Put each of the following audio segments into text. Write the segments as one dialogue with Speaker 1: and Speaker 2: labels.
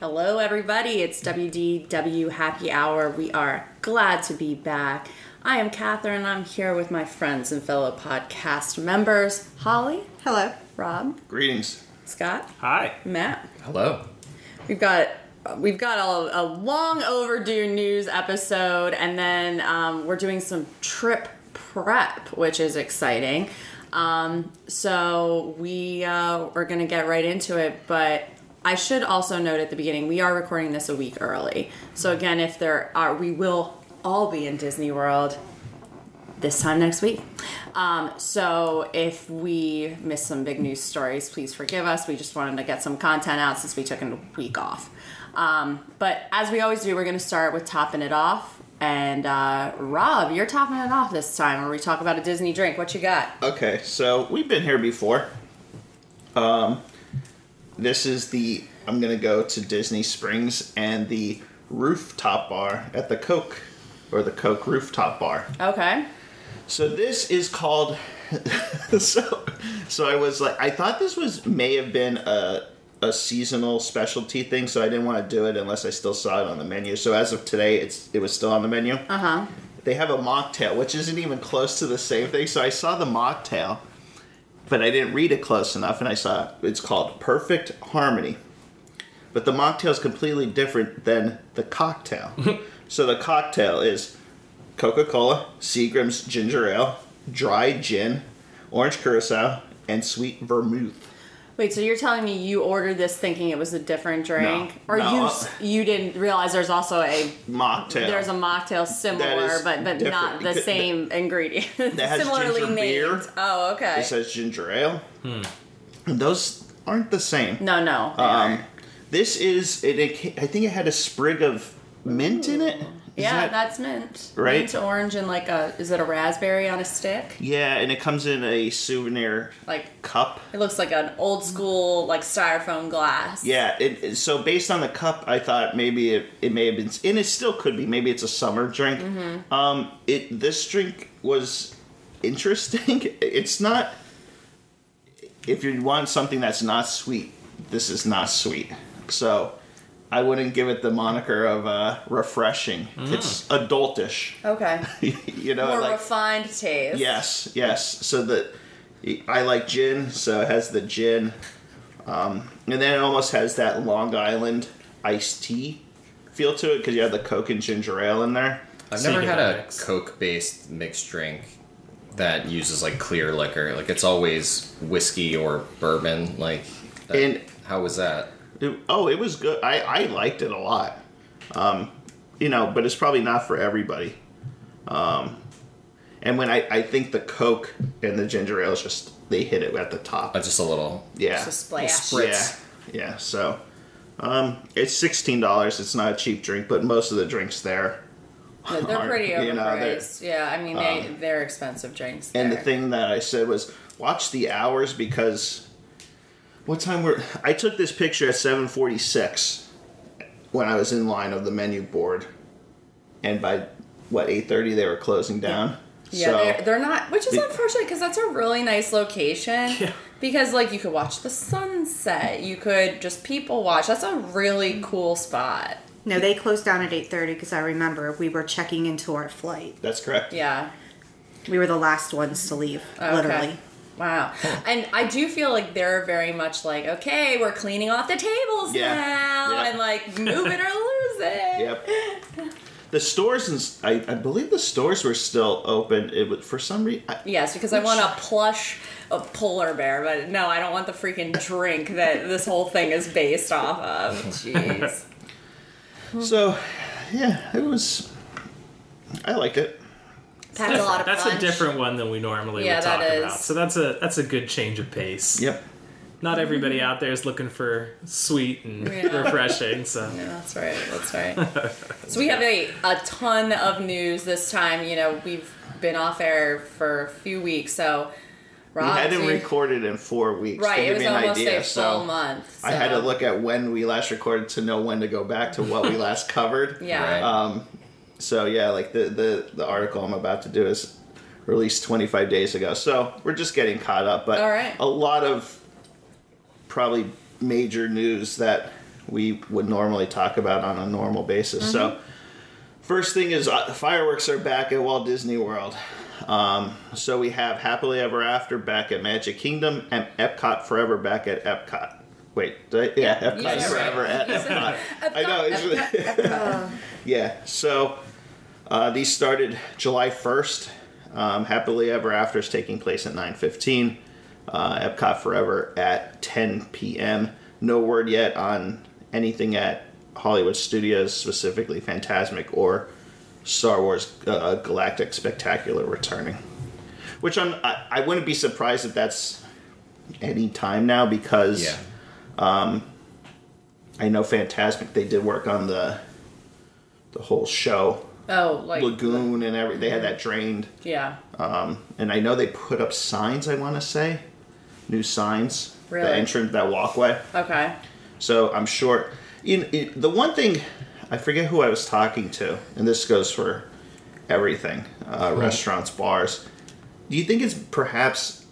Speaker 1: Hello, everybody. It's WDW Happy Hour. We are glad to be back. I am Catherine. I'm here with my friends and fellow podcast members Holly,
Speaker 2: Hello.
Speaker 1: Rob,
Speaker 3: Greetings.
Speaker 1: Scott,
Speaker 4: Hi.
Speaker 1: Matt.
Speaker 5: Hello.
Speaker 1: We've got we've got a, a long overdue news episode, and then um, we're doing some trip prep, which is exciting. Um, so we uh, are going to get right into it, but I should also note at the beginning we are recording this a week early. So again, if there are, we will all be in Disney World this time next week. Um, so if we miss some big news stories, please forgive us. We just wanted to get some content out since we took a week off. Um, but as we always do, we're going to start with topping it off. And uh, Rob, you're topping it off this time where we talk about a Disney drink. What you got?
Speaker 3: Okay, so we've been here before. Um, this is the I'm gonna go to Disney Springs and the rooftop bar at the Coke, or the Coke rooftop bar.
Speaker 1: Okay.
Speaker 3: So this is called. so, so I was like, I thought this was may have been a a seasonal specialty thing, so I didn't want to do it unless I still saw it on the menu. So as of today, it's it was still on the menu.
Speaker 1: Uh huh.
Speaker 3: they have a mocktail, which isn't even close to the same thing. So I saw the mocktail, but I didn't read it close enough, and I saw it's called Perfect Harmony. But the mocktail is completely different than the cocktail. so the cocktail is Coca Cola, Seagram's ginger ale, dry gin, orange curacao, and sweet vermouth.
Speaker 1: Wait, so you're telling me you ordered this thinking it was a different drink, or
Speaker 3: No,
Speaker 1: you
Speaker 3: I-
Speaker 1: s- you didn't realize there's also a
Speaker 3: Mocktail.
Speaker 1: there's a mocktail similar,
Speaker 3: is
Speaker 1: but but
Speaker 3: different.
Speaker 1: not the
Speaker 3: That-
Speaker 1: same ingredient.
Speaker 3: that has
Speaker 1: Similarly
Speaker 3: ginger
Speaker 1: named.
Speaker 3: beer.
Speaker 1: Oh, okay.
Speaker 3: It says ginger ale. And those aren't the same.
Speaker 1: No, no. they
Speaker 3: Um,
Speaker 1: aren't.
Speaker 3: this is it, it. I think it had a sprig of mint in it. Is
Speaker 1: yeah,
Speaker 3: that-
Speaker 1: that's mint.
Speaker 3: right?
Speaker 1: Mint orange and like a is it a raspberry on a stick?
Speaker 3: yeah, and it comes in a souvenir
Speaker 1: Like
Speaker 3: cup.
Speaker 1: it looks like an old school like styrofoam glass.
Speaker 3: Yeah, it, it- so based on the cup, I thought maybe it, it may have been, and it still could be. Maybe it's a summer drink. Um, it this drink was interesting. It's not. If you want something that's not sweet, this is not sweet. So, I wouldn't give it the moniker of uh, refreshing. It's adultish.
Speaker 1: Okay.
Speaker 3: you know,
Speaker 1: More
Speaker 3: like
Speaker 1: refined taste.
Speaker 3: yes, yes. So the I like gin, so it has the gin, um, and then it almost has that Long Island iced tea feel to it because you have the Coke and ginger ale in there.
Speaker 5: I've
Speaker 4: So you
Speaker 5: never
Speaker 4: did
Speaker 5: had
Speaker 4: that
Speaker 5: a
Speaker 4: mix.
Speaker 5: Coke-based mixed drink that uses like clear liquor. Like it's always whiskey or bourbon. Like, that-
Speaker 3: And-
Speaker 5: how was that?
Speaker 3: It- oh, it was good. I I liked it a lot. Um, you know, but it's probably not for everybody. Um, and when I I think the Coke and the ginger ale is just they hit it at the top.
Speaker 5: Uh, just a little.
Speaker 3: Yeah.
Speaker 1: Just a splash.
Speaker 5: Spritz.
Speaker 3: Yeah, yeah. So, um, it's sixteen dollars. It's not a cheap drink, but most of the drinks there.
Speaker 1: They're- They're
Speaker 3: Aren't-
Speaker 1: pretty overpriced.
Speaker 3: you know, they're- um,
Speaker 1: yeah, I mean they they're expensive drinks.
Speaker 3: And the
Speaker 1: there.
Speaker 3: thing that I said was watch the hours because what time were I took this picture at seven forty six when I was in line of the menu board, and by what eight thirty they were closing down.
Speaker 1: Yeah,
Speaker 3: so,
Speaker 1: they're, they're not, which is
Speaker 3: The-
Speaker 1: unfortunate because that's a really nice location. Because like you could watch the sunset, you could just people watch. That's a really cool spot.
Speaker 2: No, they closed down at eight thirty because I remember we were checking into our flight.
Speaker 3: that's correct.
Speaker 1: Yeah.
Speaker 2: We were the last ones to leave,
Speaker 6: Oh,
Speaker 2: literally.
Speaker 1: Wow. And I do feel like they're very much like, okay, we're cleaning off the tables
Speaker 3: Yeah.
Speaker 1: now,
Speaker 3: Yeah.
Speaker 1: and like move it or lose it.
Speaker 3: Yep. The stores and s- I, I believe the stores were still open. It was for some reason.
Speaker 1: Yes, because I want a plush a polar bear, but no, I don't want the freaking drink that this whole thing is based off of. Jeez.
Speaker 3: So, yeah, it was. I liked it.
Speaker 1: Packed a lot of
Speaker 4: That's a
Speaker 1: punch.
Speaker 4: different one than we normally
Speaker 1: Yeah,
Speaker 4: would talk
Speaker 1: that
Speaker 4: about.
Speaker 1: is.
Speaker 4: So that's a that's a good change of pace.
Speaker 3: Yep.
Speaker 4: Not everybody out there is looking for sweet and
Speaker 1: Yeah.
Speaker 4: refreshing. So
Speaker 1: Yeah, That's right. That's right. so we have a, a ton of news this time. You know, we've been off air for a few weeks, so
Speaker 3: We
Speaker 1: Rob,
Speaker 3: hadn't
Speaker 1: do you-
Speaker 3: recorded in four weeks.
Speaker 1: right?
Speaker 3: to
Speaker 1: It
Speaker 3: give
Speaker 1: was
Speaker 3: you an
Speaker 1: almost
Speaker 3: idea,
Speaker 1: a
Speaker 3: so
Speaker 1: full month.
Speaker 3: I had to
Speaker 1: so-
Speaker 3: look at when we last recorded to know when to go back to what we last covered.
Speaker 1: Yeah.
Speaker 5: Right.
Speaker 3: Um, so yeah, like the, the the article I'm about to do is released 25 days ago. So we're just getting caught up, but
Speaker 1: All right.
Speaker 3: a lot of probably major news that we would normally talk about on a normal basis. So, first thing is uh, fireworks are back at Walt Disney World. Um, so we have Happily Ever After back at Magic Kingdom and Epcot Forever back at Epcot. Wait, did I, yeah, Epcot
Speaker 5: said it
Speaker 3: Forever at Epcot. I know. It's yeah. So uh, these started July 1st. Um, Happily Ever After is taking place at 9:15. Uh, Epcot Forever at 10 p.m. No word yet on anything at Hollywood Studios, specifically Fantasmic or Star Wars uh, Galactic Spectacular returning. Which I'm, I, I wouldn't be surprised if that's any time now because
Speaker 5: Yeah.
Speaker 3: I know Fantasmic they did work on the the whole show
Speaker 1: Oh, like
Speaker 3: lagoon and every they had that drained
Speaker 1: yeah.
Speaker 3: and i know they put up signs i want to say new signs
Speaker 1: Really?
Speaker 3: the entrance that walkway
Speaker 1: Okay.
Speaker 3: so i'm sure in, in- the one thing i forget who i was talking to and this goes for everything uh,
Speaker 1: Hmm.
Speaker 3: restaurants bars do you think it's perhaps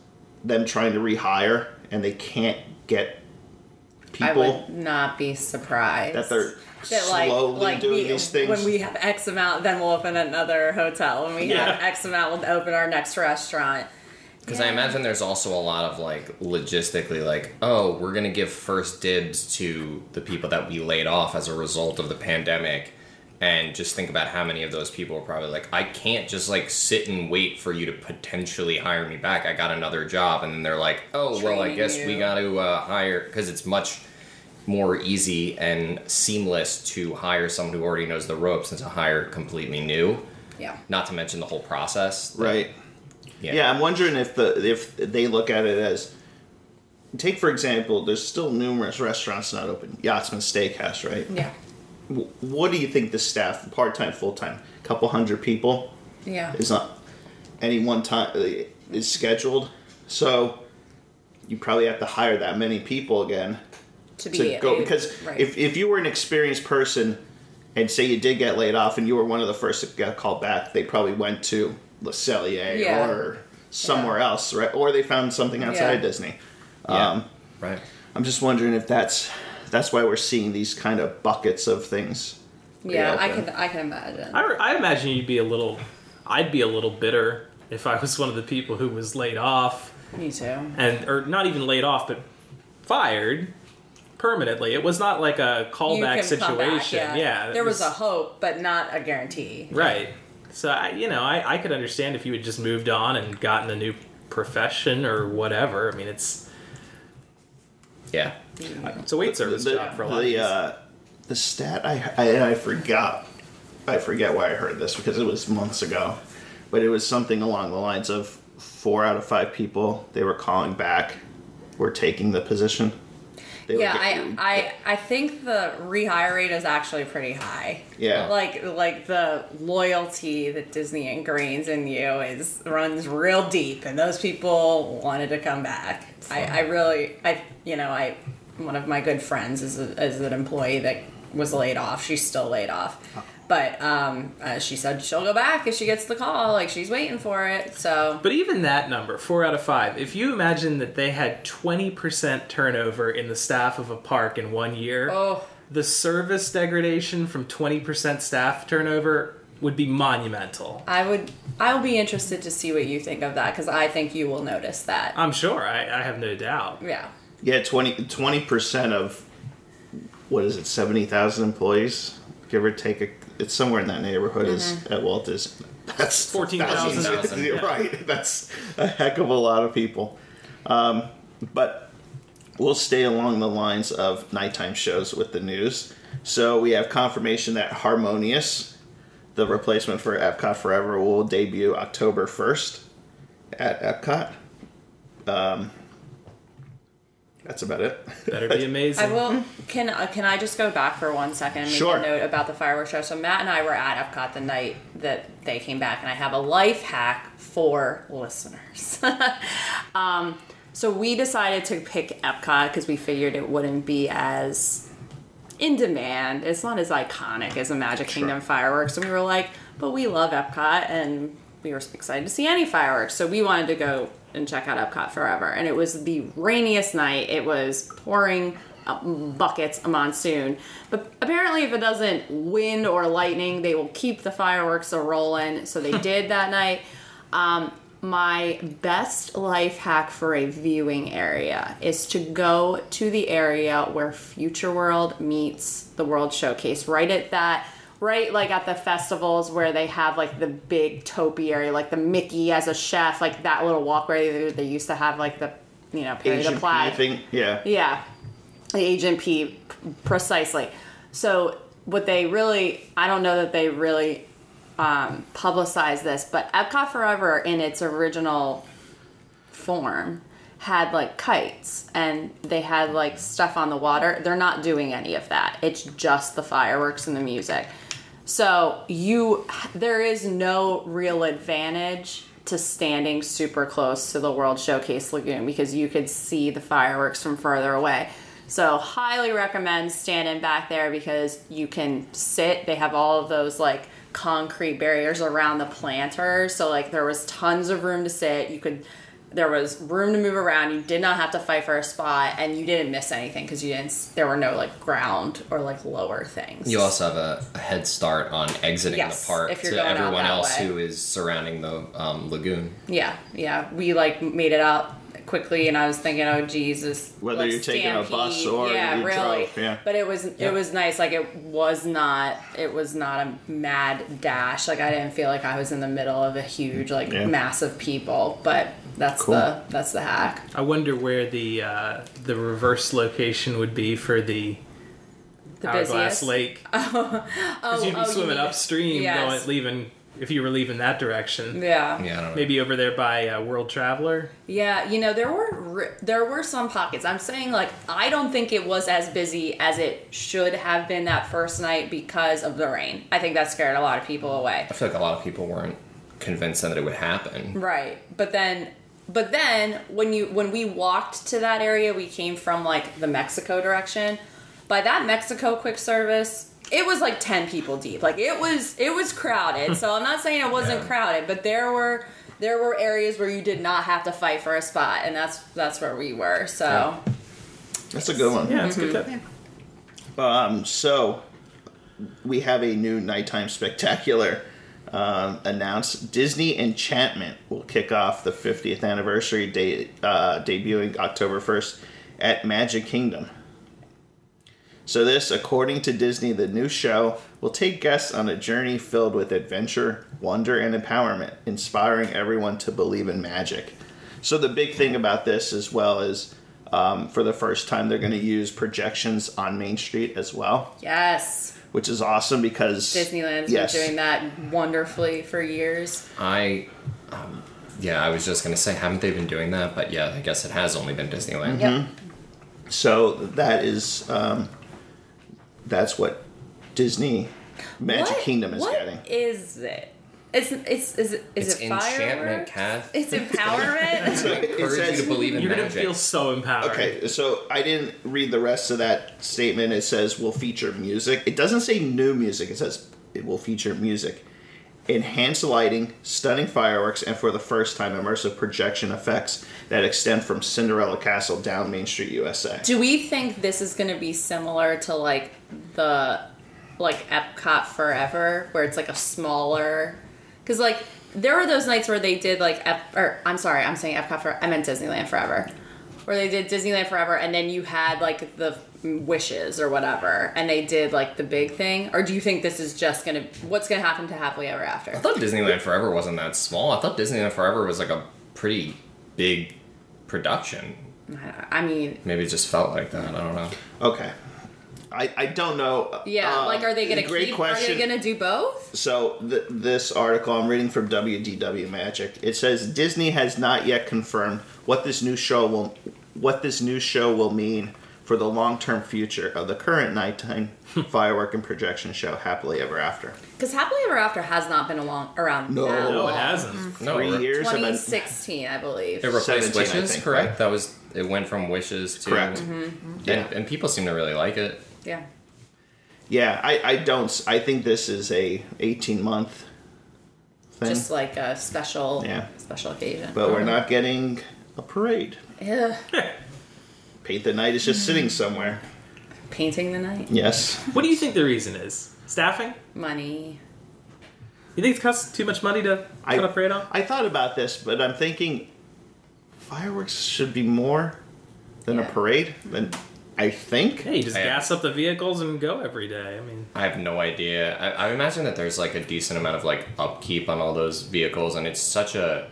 Speaker 3: them trying to rehire and they can't get
Speaker 1: I
Speaker 3: people
Speaker 1: would not be surprised
Speaker 3: that they're slowly doing these things
Speaker 1: When we have X amount, then we'll open another hotel. When we have
Speaker 3: Yeah.
Speaker 1: X amount, we'll open our next restaurant.
Speaker 5: Because I imagine there's also a lot of like logistically, like, oh, we're gonna give first dibs to the people that we laid off as a result of the pandemic, and just think about how many of those people are probably like, I can't just like sit and wait for you to potentially hire me back. I got another job, and then they're like, oh, well, I
Speaker 1: Training
Speaker 5: guess we
Speaker 1: you.
Speaker 5: got to uh, hire because it's much more easy and seamless to hire someone who already knows the ropes than to hire completely new.
Speaker 1: Yeah.
Speaker 5: Not to mention the whole process.
Speaker 3: right Yeah, I'm wondering if the if they look at it as take for example, there's still numerous restaurants not open. Yachtsman Steakhouse, right?
Speaker 1: Yeah.
Speaker 3: W- What do you think the staff, part time, full time, couple hundred people,
Speaker 1: Yeah.
Speaker 3: is not any one time is scheduled? So you probably have to hire that many people again
Speaker 1: To be
Speaker 3: to go
Speaker 1: a-
Speaker 3: because
Speaker 1: right.
Speaker 3: if if you were an experienced person and say you did get laid off and you were one of the first that got called back, they probably went to Le Cellier
Speaker 1: Yeah.
Speaker 3: or somewhere else, right? Or they found something outside
Speaker 1: Yeah.
Speaker 3: Disney.
Speaker 5: Yeah.
Speaker 3: Um,
Speaker 5: Right.
Speaker 3: I'm just wondering if that's that's why we're seeing these kind of buckets of things.
Speaker 1: yeah, I can
Speaker 3: reopen.
Speaker 1: I can imagine.
Speaker 4: I, I imagine you'd be a little, I'd be a little bitter if I was one of the people who was laid off
Speaker 1: Me too.
Speaker 4: and or not even laid off, but fired permanently. It was not like a callback situation. yeah. it
Speaker 1: There was a hope, but not a guarantee.
Speaker 4: right. So I, you know, I, I could understand if you had just moved on and gotten a new profession or whatever. I mean, it's
Speaker 5: Yeah.
Speaker 4: it's a wait service job for a lot of
Speaker 3: the,
Speaker 4: these.
Speaker 3: uh, the stat I, I and I forgot I forget why I heard this because it was months ago, but it was something along the lines of four out of five people they were calling back were taking the position. They were
Speaker 1: Yeah,
Speaker 3: get-
Speaker 1: I, I I think the rehire rate is actually pretty high.
Speaker 3: Yeah.
Speaker 1: Like like the loyalty that Disney ingrains in you is runs real deep and those people wanted to come back. I, I really I you know, I one of my good friends is a, is an employee that was laid off. She's still laid off. But um, uh, she said she'll go back if she gets the call. Like she's waiting for it. So
Speaker 4: But even that number, four out of five, if you imagine that they had 20% turnover in the staff of a park in one year,
Speaker 1: Oh.
Speaker 4: the service degradation from 20% staff turnover would be monumental.
Speaker 1: I would I'll be interested to see what you think of that because I think you will notice that.
Speaker 4: I'm sure, I, I have no doubt.
Speaker 1: Yeah.
Speaker 3: yeah 20 percent of what is it seventy thousand employees give or take a, it's somewhere in that neighborhood is at Walt Disney. That's
Speaker 4: 14,000.
Speaker 3: 14,000,
Speaker 5: Yeah.
Speaker 3: Right, that's a heck of a lot of people. Um, but we'll stay along the lines of nighttime shows with the news. So we have confirmation that Harmonious, the replacement for Epcot Forever, will debut October 1st at Epcot. Um, that's about it.
Speaker 4: Better be amazing.
Speaker 1: I will. Can uh, can I just go back for one second and make
Speaker 3: Sure.
Speaker 1: a note about the fireworks show? So Matt and I were at Epcot the night that they came back, and I have a life hack for listeners. um, so we decided to pick Epcot because we figured it wouldn't be as in demand. It's not as iconic as a Magic Kingdom fireworks, and we were like, but we love Epcot, and we were excited to see any fireworks, so we wanted to go and check out Epcot forever. And it was the rainiest night. It was pouring uh, buckets a monsoon. But apparently, if it doesn't wind or lightning, they will keep the fireworks a rolling. So they did that night. Um, my best life hack for a viewing area is to go to the area where Future World meets the World Showcase. Right at that, right like at the festivals where they have like the big topiary, like the Mickey as a chef, like that little walkway they, they used to have like the you know Perry the
Speaker 3: Asian
Speaker 1: Plaid.
Speaker 3: pea thing. Yeah.
Speaker 1: Yeah, the Agent P, p- precisely. So what they really, I don't know that they really um, publicized this, but Epcot Forever in its original form had like kites and they had like stuff on the water. They're not doing any of that. It's just the fireworks and the music. So you, there is no real advantage to standing super close to the World Showcase Lagoon because you could see the fireworks from further away. So highly recommend standing back there because you can sit. They have all of those like concrete barriers around the planters, so like there was tons of room to sit. You could there was room to move around. You did not have to fight for a spot, and you didn't miss anything because you didn't. There were no like ground or like lower things.
Speaker 5: You also have a, a head start on exiting
Speaker 1: Yes,
Speaker 5: the park
Speaker 1: if you're
Speaker 5: to
Speaker 1: going out
Speaker 5: everyone
Speaker 1: that
Speaker 5: else
Speaker 1: way.
Speaker 5: who is surrounding the um, lagoon.
Speaker 1: Yeah, yeah. We like made it out quickly, and I was thinking, oh Jesus.
Speaker 3: Whether
Speaker 1: like,
Speaker 3: you're taking a bus
Speaker 1: stampede.
Speaker 3: or
Speaker 1: yeah,
Speaker 3: you
Speaker 1: really.
Speaker 3: drove, yeah.
Speaker 1: But it was it was nice. Like it was not it was not a mad dash. Like I didn't feel like I was in the middle of a huge like
Speaker 3: Yeah.
Speaker 1: mass of people. But that's
Speaker 3: Cool.
Speaker 1: the that's the hack.
Speaker 4: I wonder where the uh, the reverse location would be for the,
Speaker 1: The
Speaker 4: hourglass
Speaker 1: busiest.
Speaker 4: lake. Because
Speaker 1: Oh,
Speaker 4: you'd
Speaker 1: oh,
Speaker 4: be
Speaker 1: you
Speaker 4: swimming
Speaker 1: mean-
Speaker 4: upstream,
Speaker 1: Yes.
Speaker 4: going leaving if you were leaving that direction.
Speaker 1: Yeah.
Speaker 5: Yeah, I don't know.
Speaker 4: Maybe over there by uh, World Traveler.
Speaker 1: Yeah, you know there were ri- there were some pockets. I'm saying like I don't think it was as busy as it should have been that first night because of the rain. I think that scared a lot of people away.
Speaker 5: I feel like a lot of people weren't convinced that it would happen.
Speaker 1: Right. But then but then when you when we walked to that area, we came from like the Mexico direction. By that Mexico quick service, it was like 10 people deep. Like it was it was crowded. so I'm not saying it wasn't
Speaker 5: Yeah.
Speaker 1: crowded, but there were there were areas where you did not have to fight for a spot and that's that's where we were. So
Speaker 3: That's a good one.
Speaker 4: Yeah, it's good. tip.
Speaker 3: Um, so we have a new nighttime spectacular um, announced. Disney Enchantment will kick off the 50th anniversary day, uh, debuting October 1st at Magic Kingdom. So this, according to Disney, the new show will take guests on a journey filled with adventure, wonder, and empowerment, inspiring everyone to believe in magic. So the big thing about this, as well, is um, for the first time they're going to use projections on Main Street as well
Speaker 1: Yes,
Speaker 3: which is awesome because
Speaker 1: Disneyland's
Speaker 3: Yes.
Speaker 1: been doing that wonderfully for years.
Speaker 5: I, um, yeah, I was just gonna say, haven't they been doing that? But yeah, I guess it has only been Disneyland.
Speaker 1: Yep.
Speaker 3: So that is um, that's what Disney Magic
Speaker 1: What-
Speaker 3: Kingdom is
Speaker 1: what
Speaker 3: getting.
Speaker 1: is it? It's it's is it is
Speaker 5: It's
Speaker 1: it
Speaker 5: enchantment,
Speaker 1: fireworks?
Speaker 5: Kath.
Speaker 1: It's empowerment.
Speaker 5: Encourage
Speaker 3: says-
Speaker 5: you to believe in
Speaker 4: You're gonna
Speaker 5: magic.
Speaker 4: feel so empowered.
Speaker 3: Okay, so I didn't read the rest of that statement. It says will feature music. It doesn't say new music. It says it will feature music, enhanced lighting, stunning fireworks, and for the first time, immersive projection effects that extend from Cinderella Castle down Main Street, USA.
Speaker 1: Do we think this is going to be similar to like the like Epcot Forever, where it's like a smaller? Because like there were those nights where they did like Ep- or I'm sorry, I'm saying Epcot Forever. I meant Disneyland Forever, where they did Disneyland Forever, and then you had like the wishes or whatever, and they did like the big thing. Or do you think this is just gonna what's gonna happen to Happily Ever After?
Speaker 5: I thought Disneyland Forever wasn't that small. I thought Disneyland Forever was like a pretty big production.
Speaker 1: I mean,
Speaker 5: Maybe it just felt like that. I don't know.
Speaker 3: Okay, I, I don't know.
Speaker 1: yeah.
Speaker 3: Um,
Speaker 1: like, are they gonna
Speaker 3: great
Speaker 1: keep?
Speaker 3: Question.
Speaker 1: Are they gonna do both?
Speaker 3: So th- this article I'm reading from WDW Magic. It says Disney has not yet confirmed what this new show will what this new show will mean for the long-term future of the current nighttime firework and projection show Happily Ever After.
Speaker 1: Because Happily Ever After has not been along around.
Speaker 3: No.
Speaker 1: that
Speaker 4: No, it
Speaker 1: long.
Speaker 4: hasn't.
Speaker 5: No,
Speaker 3: Three
Speaker 5: it re-
Speaker 3: years have been
Speaker 1: 2016, I believe.
Speaker 5: It replaced
Speaker 3: 17, I
Speaker 5: wishes,
Speaker 3: think,
Speaker 5: correct?
Speaker 3: right?
Speaker 5: That was it. Went from wishes to
Speaker 3: correct.
Speaker 1: Mm-hmm.
Speaker 3: Yeah.
Speaker 5: and, and people seem to really like it.
Speaker 1: Yeah.
Speaker 3: Yeah, I, I don't s- I think this is a 18 month thing,
Speaker 1: Just like uh-huh. a special
Speaker 3: Yeah.
Speaker 1: special occasion.
Speaker 3: but we're not getting a parade.
Speaker 1: Ugh. Mm-hmm.
Speaker 3: Paint the night is just sitting somewhere.
Speaker 1: painting the night.
Speaker 3: Yes.
Speaker 5: Mm.
Speaker 4: What do you think the reason is? Staffing?
Speaker 1: Money.
Speaker 4: You think it costs too much money to
Speaker 3: I-
Speaker 4: put up radon?
Speaker 3: I thought about this, but I'm thinking fireworks should be more than
Speaker 1: Yeah.
Speaker 3: a parade. Than I think.
Speaker 4: Hey, you just
Speaker 5: I-
Speaker 4: gas up the vehicles and go every day. I mean,
Speaker 5: I have no idea. I, I imagine that there's like a decent amount of like upkeep on all those vehicles, and it's such a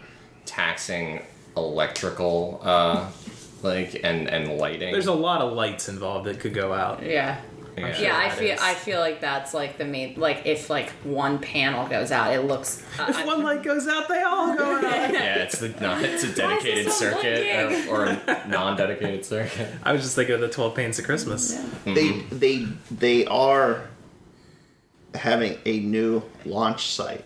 Speaker 5: taxing electrical, uh, like and and lighting.
Speaker 4: there's a lot of lights involved that could go out.
Speaker 1: Yeah.
Speaker 5: yeah.
Speaker 1: Yeah, I
Speaker 4: that
Speaker 1: feel
Speaker 4: is.
Speaker 1: I feel like that's like the main like if like one panel goes out, it looks. uh,
Speaker 4: If one light goes out, they all go out.
Speaker 5: Yeah, it's the not it's a
Speaker 1: Why is
Speaker 5: dedicated
Speaker 1: this so
Speaker 5: circuit or, or a non-dedicated circuit.
Speaker 4: I was just thinking of the 12 pains of Christmas.
Speaker 3: They they they are having a new launch site.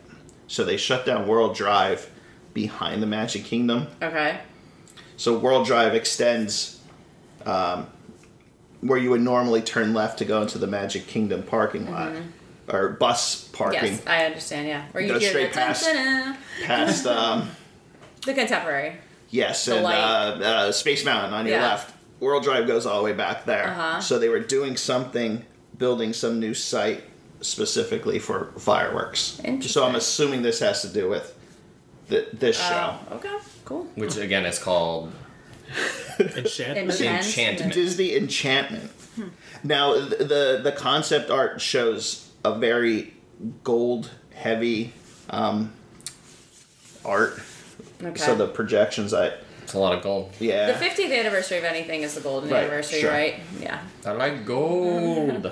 Speaker 3: So they shut down World Drive behind the Magic Kingdom.
Speaker 1: okay.
Speaker 3: So World Drive extends um, where you would normally turn left to go into the Magic Kingdom parking lot or bus parking
Speaker 1: Yes, I understand. Yeah, or you
Speaker 3: Go
Speaker 1: hear the,
Speaker 3: straight past.
Speaker 1: dun-dun-dun,
Speaker 3: past um,
Speaker 1: the contemporary.
Speaker 3: Yes,
Speaker 1: The
Speaker 3: and uh,
Speaker 1: light.
Speaker 3: uh, Space Mountain on your
Speaker 1: Yeah.
Speaker 3: left. World Drive goes all the way back there.
Speaker 1: Uh-huh.
Speaker 3: So they were doing something, building some new site specifically for fireworks. So
Speaker 1: Interesting.
Speaker 3: I'm assuming this has to do with th- this show.
Speaker 1: Oh, okay, cool.
Speaker 5: Which again is called
Speaker 4: Enchantment.
Speaker 5: Enchantment.
Speaker 3: Disney Enchantment.
Speaker 1: Hmm.
Speaker 3: Now th- the the concept art shows a very gold heavy um, art.
Speaker 1: Okay.
Speaker 3: So the projections, I
Speaker 5: it's a lot of gold.
Speaker 3: yeah.
Speaker 1: The 50th anniversary of anything is the golden
Speaker 3: Right,
Speaker 1: anniversary,
Speaker 3: sure.
Speaker 1: right? Yeah.
Speaker 5: I like gold.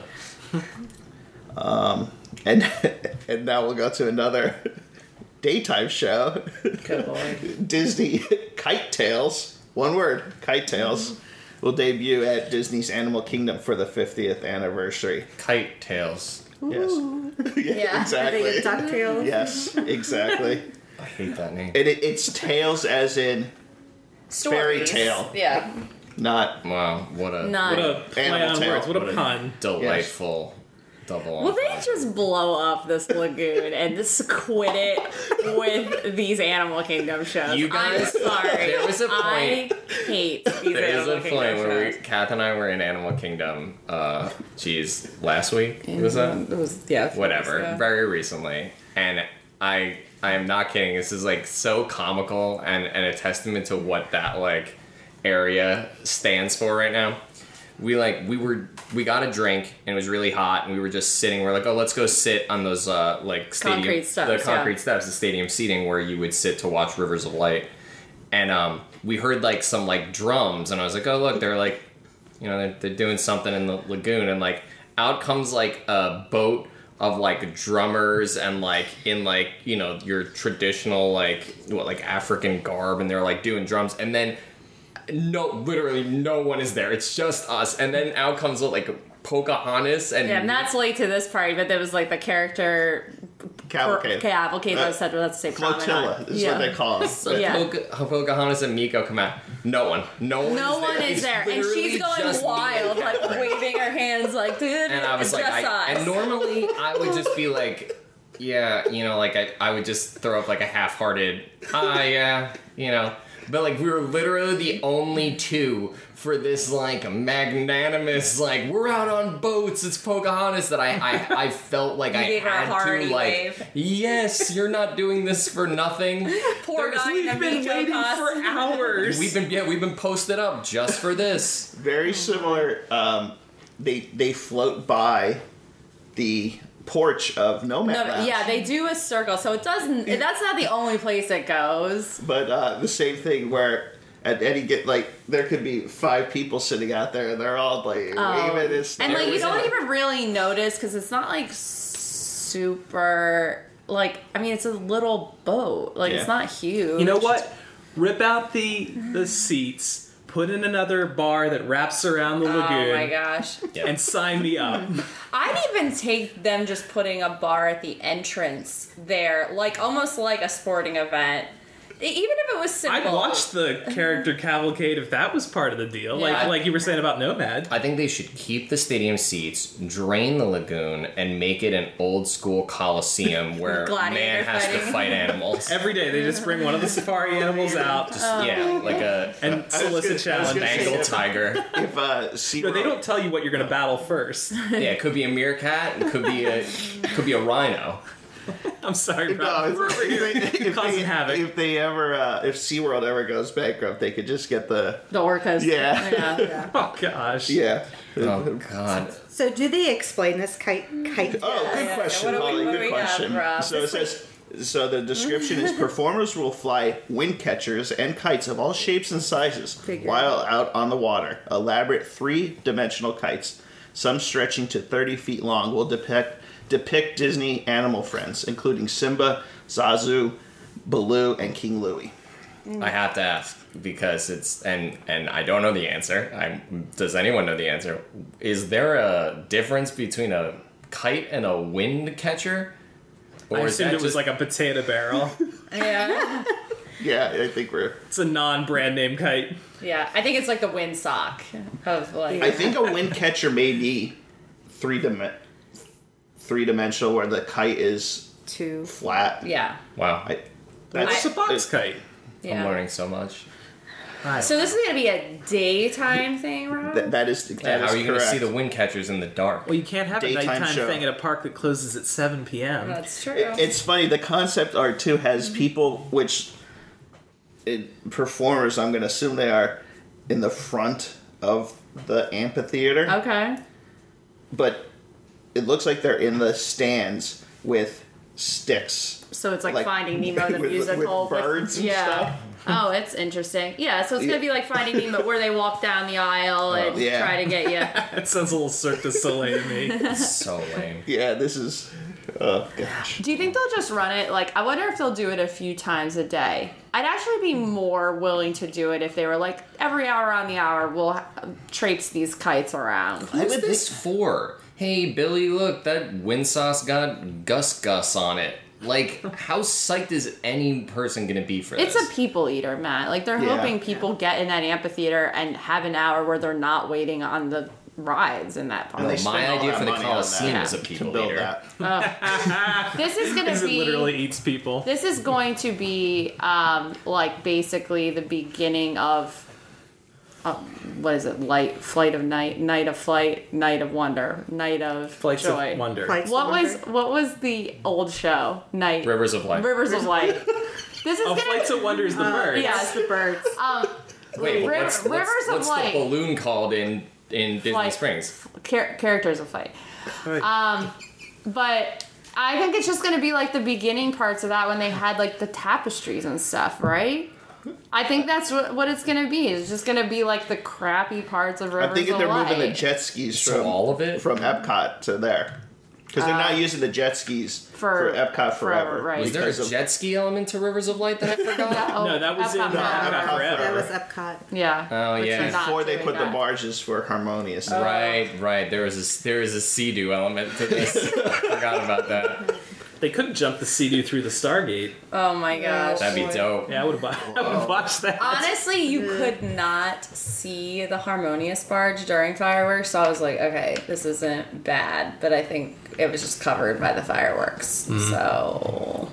Speaker 3: and and now we'll go to another daytime show
Speaker 1: Good lord.
Speaker 3: disney kite tales one word kite tales will debut at disney's animal kingdom for the 50th anniversary
Speaker 5: Kite tails.
Speaker 3: yes yeah,
Speaker 1: Yeah.
Speaker 2: Are they
Speaker 3: exactly
Speaker 2: ducktails?
Speaker 3: yes exactly
Speaker 5: I hate that name.
Speaker 3: and it, it's tales as in Fairy
Speaker 1: Stories.
Speaker 3: tale.
Speaker 1: Yeah.
Speaker 3: not
Speaker 5: Wow, what a
Speaker 1: Not.
Speaker 4: What a play
Speaker 3: Animal
Speaker 4: on
Speaker 3: tail.
Speaker 4: words. What a pun.
Speaker 5: delightful double.
Speaker 1: Will they
Speaker 5: entendre.
Speaker 1: just blow up this lagoon and just quit it with these Animal Kingdom shows?
Speaker 5: You guys-
Speaker 1: I'm sorry.
Speaker 5: there was a
Speaker 1: I hate these
Speaker 5: There is
Speaker 1: Animal
Speaker 5: a point
Speaker 1: Kingdom
Speaker 5: where we,
Speaker 1: shows.
Speaker 5: Kath and I were in Animal Kingdom. Uh, geez, last week was that?
Speaker 1: It was yeah. a few
Speaker 5: Whatever,
Speaker 1: weeks ago.
Speaker 5: very recently, and I I am not kidding. This is like so comical and and a testament to what that like area stands for right now. We like we were we got a drink and it was really hot and we were just sitting. We're like, oh, let's go sit on those uh like stadium
Speaker 1: Concrete steps,
Speaker 5: the concrete
Speaker 1: yeah.
Speaker 5: steps, the stadium seating where you would sit to watch Rivers of Light and um, we heard like some like drums, and I was like, oh look, they're like, you know, they're, they're doing something in the lagoon, and like out comes like a boat of like drummers and like in like you know your traditional like what like African garb, and they're like doing drums, and then no, literally no one is there. It's just us, and then out comes like Pocahontas and
Speaker 1: Yeah, I'm not late to this party, but there was like the character
Speaker 3: cavalcade
Speaker 1: cavalcade that
Speaker 3: Uh,
Speaker 1: was said well, let's say
Speaker 3: flotilla
Speaker 1: promenade.
Speaker 3: is
Speaker 1: yeah.
Speaker 3: what they call it
Speaker 5: But
Speaker 1: Yeah.
Speaker 5: Poca- Pocahontas and Miko come out. No one. No one.
Speaker 1: No one is
Speaker 5: It's
Speaker 1: there, and
Speaker 5: literally
Speaker 1: she's going
Speaker 5: just me
Speaker 1: wild,
Speaker 5: and
Speaker 1: like
Speaker 5: Catherine.
Speaker 1: waving her hands, like dude.
Speaker 5: and I was
Speaker 1: it's
Speaker 5: like,
Speaker 1: just
Speaker 5: I,
Speaker 1: us.
Speaker 5: and normally I would just be like, yeah, you know, like I, I would just throw up like a half-hearted, ah, yeah, you know, but like we were literally the only two for this like magnanimous, like we're out on boats, it's Pocahontas that I, I, I felt like I
Speaker 1: gave her a
Speaker 5: had
Speaker 1: hearty
Speaker 5: to like,
Speaker 1: wave.
Speaker 5: yes, you're not doing this for nothing.
Speaker 1: Poor guy in a
Speaker 4: We've been
Speaker 1: Miko
Speaker 4: waiting for
Speaker 1: costume.
Speaker 4: hours.
Speaker 5: We've been yeah, we've been posted up just for this.
Speaker 3: very similar. Um, they they float by the porch of Nomad
Speaker 1: No, but
Speaker 3: Lounge,
Speaker 1: yeah, they do a circle, so it doesn't. That's not the only place it goes.
Speaker 3: but uh, the same thing where at any get like there could be five people sitting out there and they're all like waving and stuff.
Speaker 1: Oh. And like you
Speaker 5: was
Speaker 1: don't
Speaker 5: a-
Speaker 1: even really notice because it's not like super. Like I mean, it's a little boat. Like
Speaker 3: Yeah.
Speaker 1: it's not huge.
Speaker 4: You know what? Rip out the the seats, put in another bar that wraps around the lagoon,
Speaker 1: Oh my gosh.
Speaker 4: and sign me up.
Speaker 1: I'd even take them just putting a bar at the entrance there, like almost like a sporting event. E, even if it was simple.
Speaker 4: I'd watch the character cavalcade if that was part of the deal.
Speaker 1: Yeah.
Speaker 4: Like like you were saying about Nomad.
Speaker 5: I think they should keep the stadium seats, drain the lagoon, and make it an old school coliseum where
Speaker 1: Gladiator
Speaker 5: man has to
Speaker 1: fighting.
Speaker 5: fight animals.
Speaker 4: Every day they just bring one of the safari animals out
Speaker 5: Just,
Speaker 1: Oh,
Speaker 5: yeah, like a
Speaker 4: and solicit
Speaker 3: gonna- I was gonna
Speaker 4: challenges.
Speaker 3: say-
Speaker 5: Bengal tiger.
Speaker 3: If uh, Sea
Speaker 4: No, they don't tell you what you're going to battle first.
Speaker 5: Yeah, it could be a meerkat. It could be a could be a rhino.
Speaker 4: I'm sorry,
Speaker 3: No,
Speaker 4: Rob.
Speaker 3: if,
Speaker 4: We're over here
Speaker 3: if they, if
Speaker 4: causing
Speaker 3: they-
Speaker 4: havoc.
Speaker 3: if they ever, uh, if SeaWorld ever goes bankrupt, they could just get the
Speaker 1: the orcas.
Speaker 3: Yeah.
Speaker 4: oh gosh.
Speaker 3: yeah.
Speaker 5: Oh God.
Speaker 2: So, do they explain this kite? Kite?
Speaker 3: Oh, good
Speaker 1: yeah.
Speaker 3: question,
Speaker 1: What do we-
Speaker 3: Holly.
Speaker 1: what do
Speaker 3: Good
Speaker 1: we have,
Speaker 3: question.
Speaker 1: Rob?
Speaker 3: so it says. So the description is: performers will fly wind catchers and kites of all shapes and sizes
Speaker 2: Figure.
Speaker 3: while out on the water. Elaborate three-dimensional kites, some stretching to 30 feet long, will depict depict Disney animal friends, including Simba, Zazu, Baloo, and King Louie.
Speaker 5: I have to ask because it's and and I don't know the answer. I does anyone know the answer? Is there a difference between a kite and a wind catcher? Or is
Speaker 4: I
Speaker 5: that
Speaker 4: assumed it
Speaker 5: just-
Speaker 4: was like a potato barrel.
Speaker 1: yeah,
Speaker 3: Yeah, I think we're.
Speaker 4: it's a non-brand name kite.
Speaker 1: yeah. I think it's like the wind sock of like.
Speaker 3: I think a wind catcher may be three dim three dimensional, where the kite is
Speaker 2: Two.
Speaker 3: flat.
Speaker 1: yeah,
Speaker 5: wow.
Speaker 3: I,
Speaker 4: It's
Speaker 3: that's
Speaker 4: a box kite.
Speaker 1: yeah.
Speaker 5: I'm learning so much.
Speaker 1: So this is gonna be a daytime thing, Rob.
Speaker 3: That, that is.
Speaker 5: Yeah,
Speaker 3: that
Speaker 5: how
Speaker 3: is
Speaker 5: are you
Speaker 3: correct.
Speaker 5: going to see the wind catchers in the dark?
Speaker 4: Well, you can't have
Speaker 3: Daytime
Speaker 4: a nighttime
Speaker 3: show.
Speaker 4: thing at a park that closes at 7 p.m.
Speaker 1: That's true.
Speaker 3: It- It's funny. The concept art too has
Speaker 1: Mm-hmm.
Speaker 3: people which it, performers. I'm going to assume they are in the front of the amphitheater,
Speaker 1: okay.
Speaker 3: but it looks like they're in the stands with sticks.
Speaker 1: So it's like,
Speaker 3: Like,
Speaker 1: Finding Nemo the
Speaker 3: with- with
Speaker 1: musical
Speaker 3: birds and
Speaker 1: yeah.
Speaker 3: stuff?
Speaker 1: Oh, it's interesting. Yeah, so it's
Speaker 3: Yeah. Oh,
Speaker 1: gonna be like Finding Nemo, where they walk down the aisle and
Speaker 3: yeah.
Speaker 1: try to get you.
Speaker 4: That sounds a little Cirque du Soleil to me.
Speaker 5: It's so lame.
Speaker 3: Yeah, this is. Oh gosh.
Speaker 1: Do you think they'll just run it? Like, I wonder if they'll do it a few times a day. I'd actually be more willing to do it if they were like every hour on the hour, we'll ha- traipse these kites around.
Speaker 3: I
Speaker 5: Who's
Speaker 3: would
Speaker 5: this for? Hey, Billy, look, that wind sauce got Gus Gus on it. Like, how psyched is any person going to be for
Speaker 1: It's
Speaker 5: this?
Speaker 1: a people eater, Matt. Like they're
Speaker 3: Yeah.
Speaker 1: hoping people get in that amphitheater and have an hour where they're not waiting on the rides in that
Speaker 3: And
Speaker 1: park.
Speaker 3: they
Speaker 5: My
Speaker 3: spend all
Speaker 5: idea
Speaker 3: that
Speaker 5: for the
Speaker 3: money on
Speaker 5: Coliseum
Speaker 3: that
Speaker 5: is a
Speaker 3: to
Speaker 5: people
Speaker 3: build
Speaker 5: eater.
Speaker 3: that.
Speaker 1: This is gonna
Speaker 4: Because it
Speaker 1: be
Speaker 4: literally eats people.
Speaker 1: this is going to be um, like basically the beginning of uh, what is it? Light flight of night, night of flight, night of wonder, night of
Speaker 4: Flights
Speaker 1: joy.
Speaker 4: of Wonder.
Speaker 2: Flights
Speaker 1: What
Speaker 2: of
Speaker 1: was
Speaker 2: Wonder.
Speaker 1: what was the old show? Night
Speaker 5: Rivers of Light.
Speaker 1: Rivers of Light. this is
Speaker 4: Oh,
Speaker 1: gonna
Speaker 4: Flights of Wonder is
Speaker 6: Uh,
Speaker 4: the bird.
Speaker 1: yeah.
Speaker 2: It's the birds.
Speaker 5: Wait,
Speaker 1: Riv-
Speaker 5: what's, what's,
Speaker 1: Rivers of
Speaker 5: what's
Speaker 1: Light.
Speaker 5: the balloon called in, in Disney
Speaker 1: Flight.
Speaker 5: Springs?
Speaker 1: char- characters of flight.
Speaker 4: Right.
Speaker 1: But I think it's just going to be like the beginning parts of that when they had like the tapestries and stuff, right? I think that's what, what it's going to be. It's just going to be like the crappy parts of Rivers
Speaker 3: I'm thinking
Speaker 1: of
Speaker 3: they're
Speaker 1: Light.
Speaker 3: moving the jet skis
Speaker 5: So
Speaker 3: from
Speaker 5: all of it?
Speaker 3: from Epcot to there because they're not using the jet skis
Speaker 1: Uh, for-
Speaker 3: for, Epcot forever.
Speaker 1: forever, right.
Speaker 5: Was there a
Speaker 3: because of-
Speaker 5: jet ski element to Rivers of Light that I forgot?
Speaker 1: Yeah, oh,
Speaker 4: No, that was
Speaker 1: Epcot
Speaker 4: in, uh,
Speaker 1: Forever.
Speaker 4: Epcot Forever.
Speaker 2: that was Epcot.
Speaker 1: Yeah.
Speaker 5: Oh,
Speaker 1: Which
Speaker 5: yeah.
Speaker 1: they're not
Speaker 3: Before they
Speaker 1: doing
Speaker 3: put the
Speaker 1: that. Uh,
Speaker 3: barges for harmonious.
Speaker 5: Right, right. There is a there is a sea-doo element to this. I forgot about that.
Speaker 4: They couldn't jump the sea through the Stargate.
Speaker 1: Oh my gosh.
Speaker 5: That'd be dope.
Speaker 4: Yeah, I would have
Speaker 6: Oh.
Speaker 4: watched that.
Speaker 1: Honestly, you could not see the harmonious barge during fireworks, so I was like, okay, this isn't bad, but I think it was just covered by the fireworks.
Speaker 5: Mm-hmm.
Speaker 1: So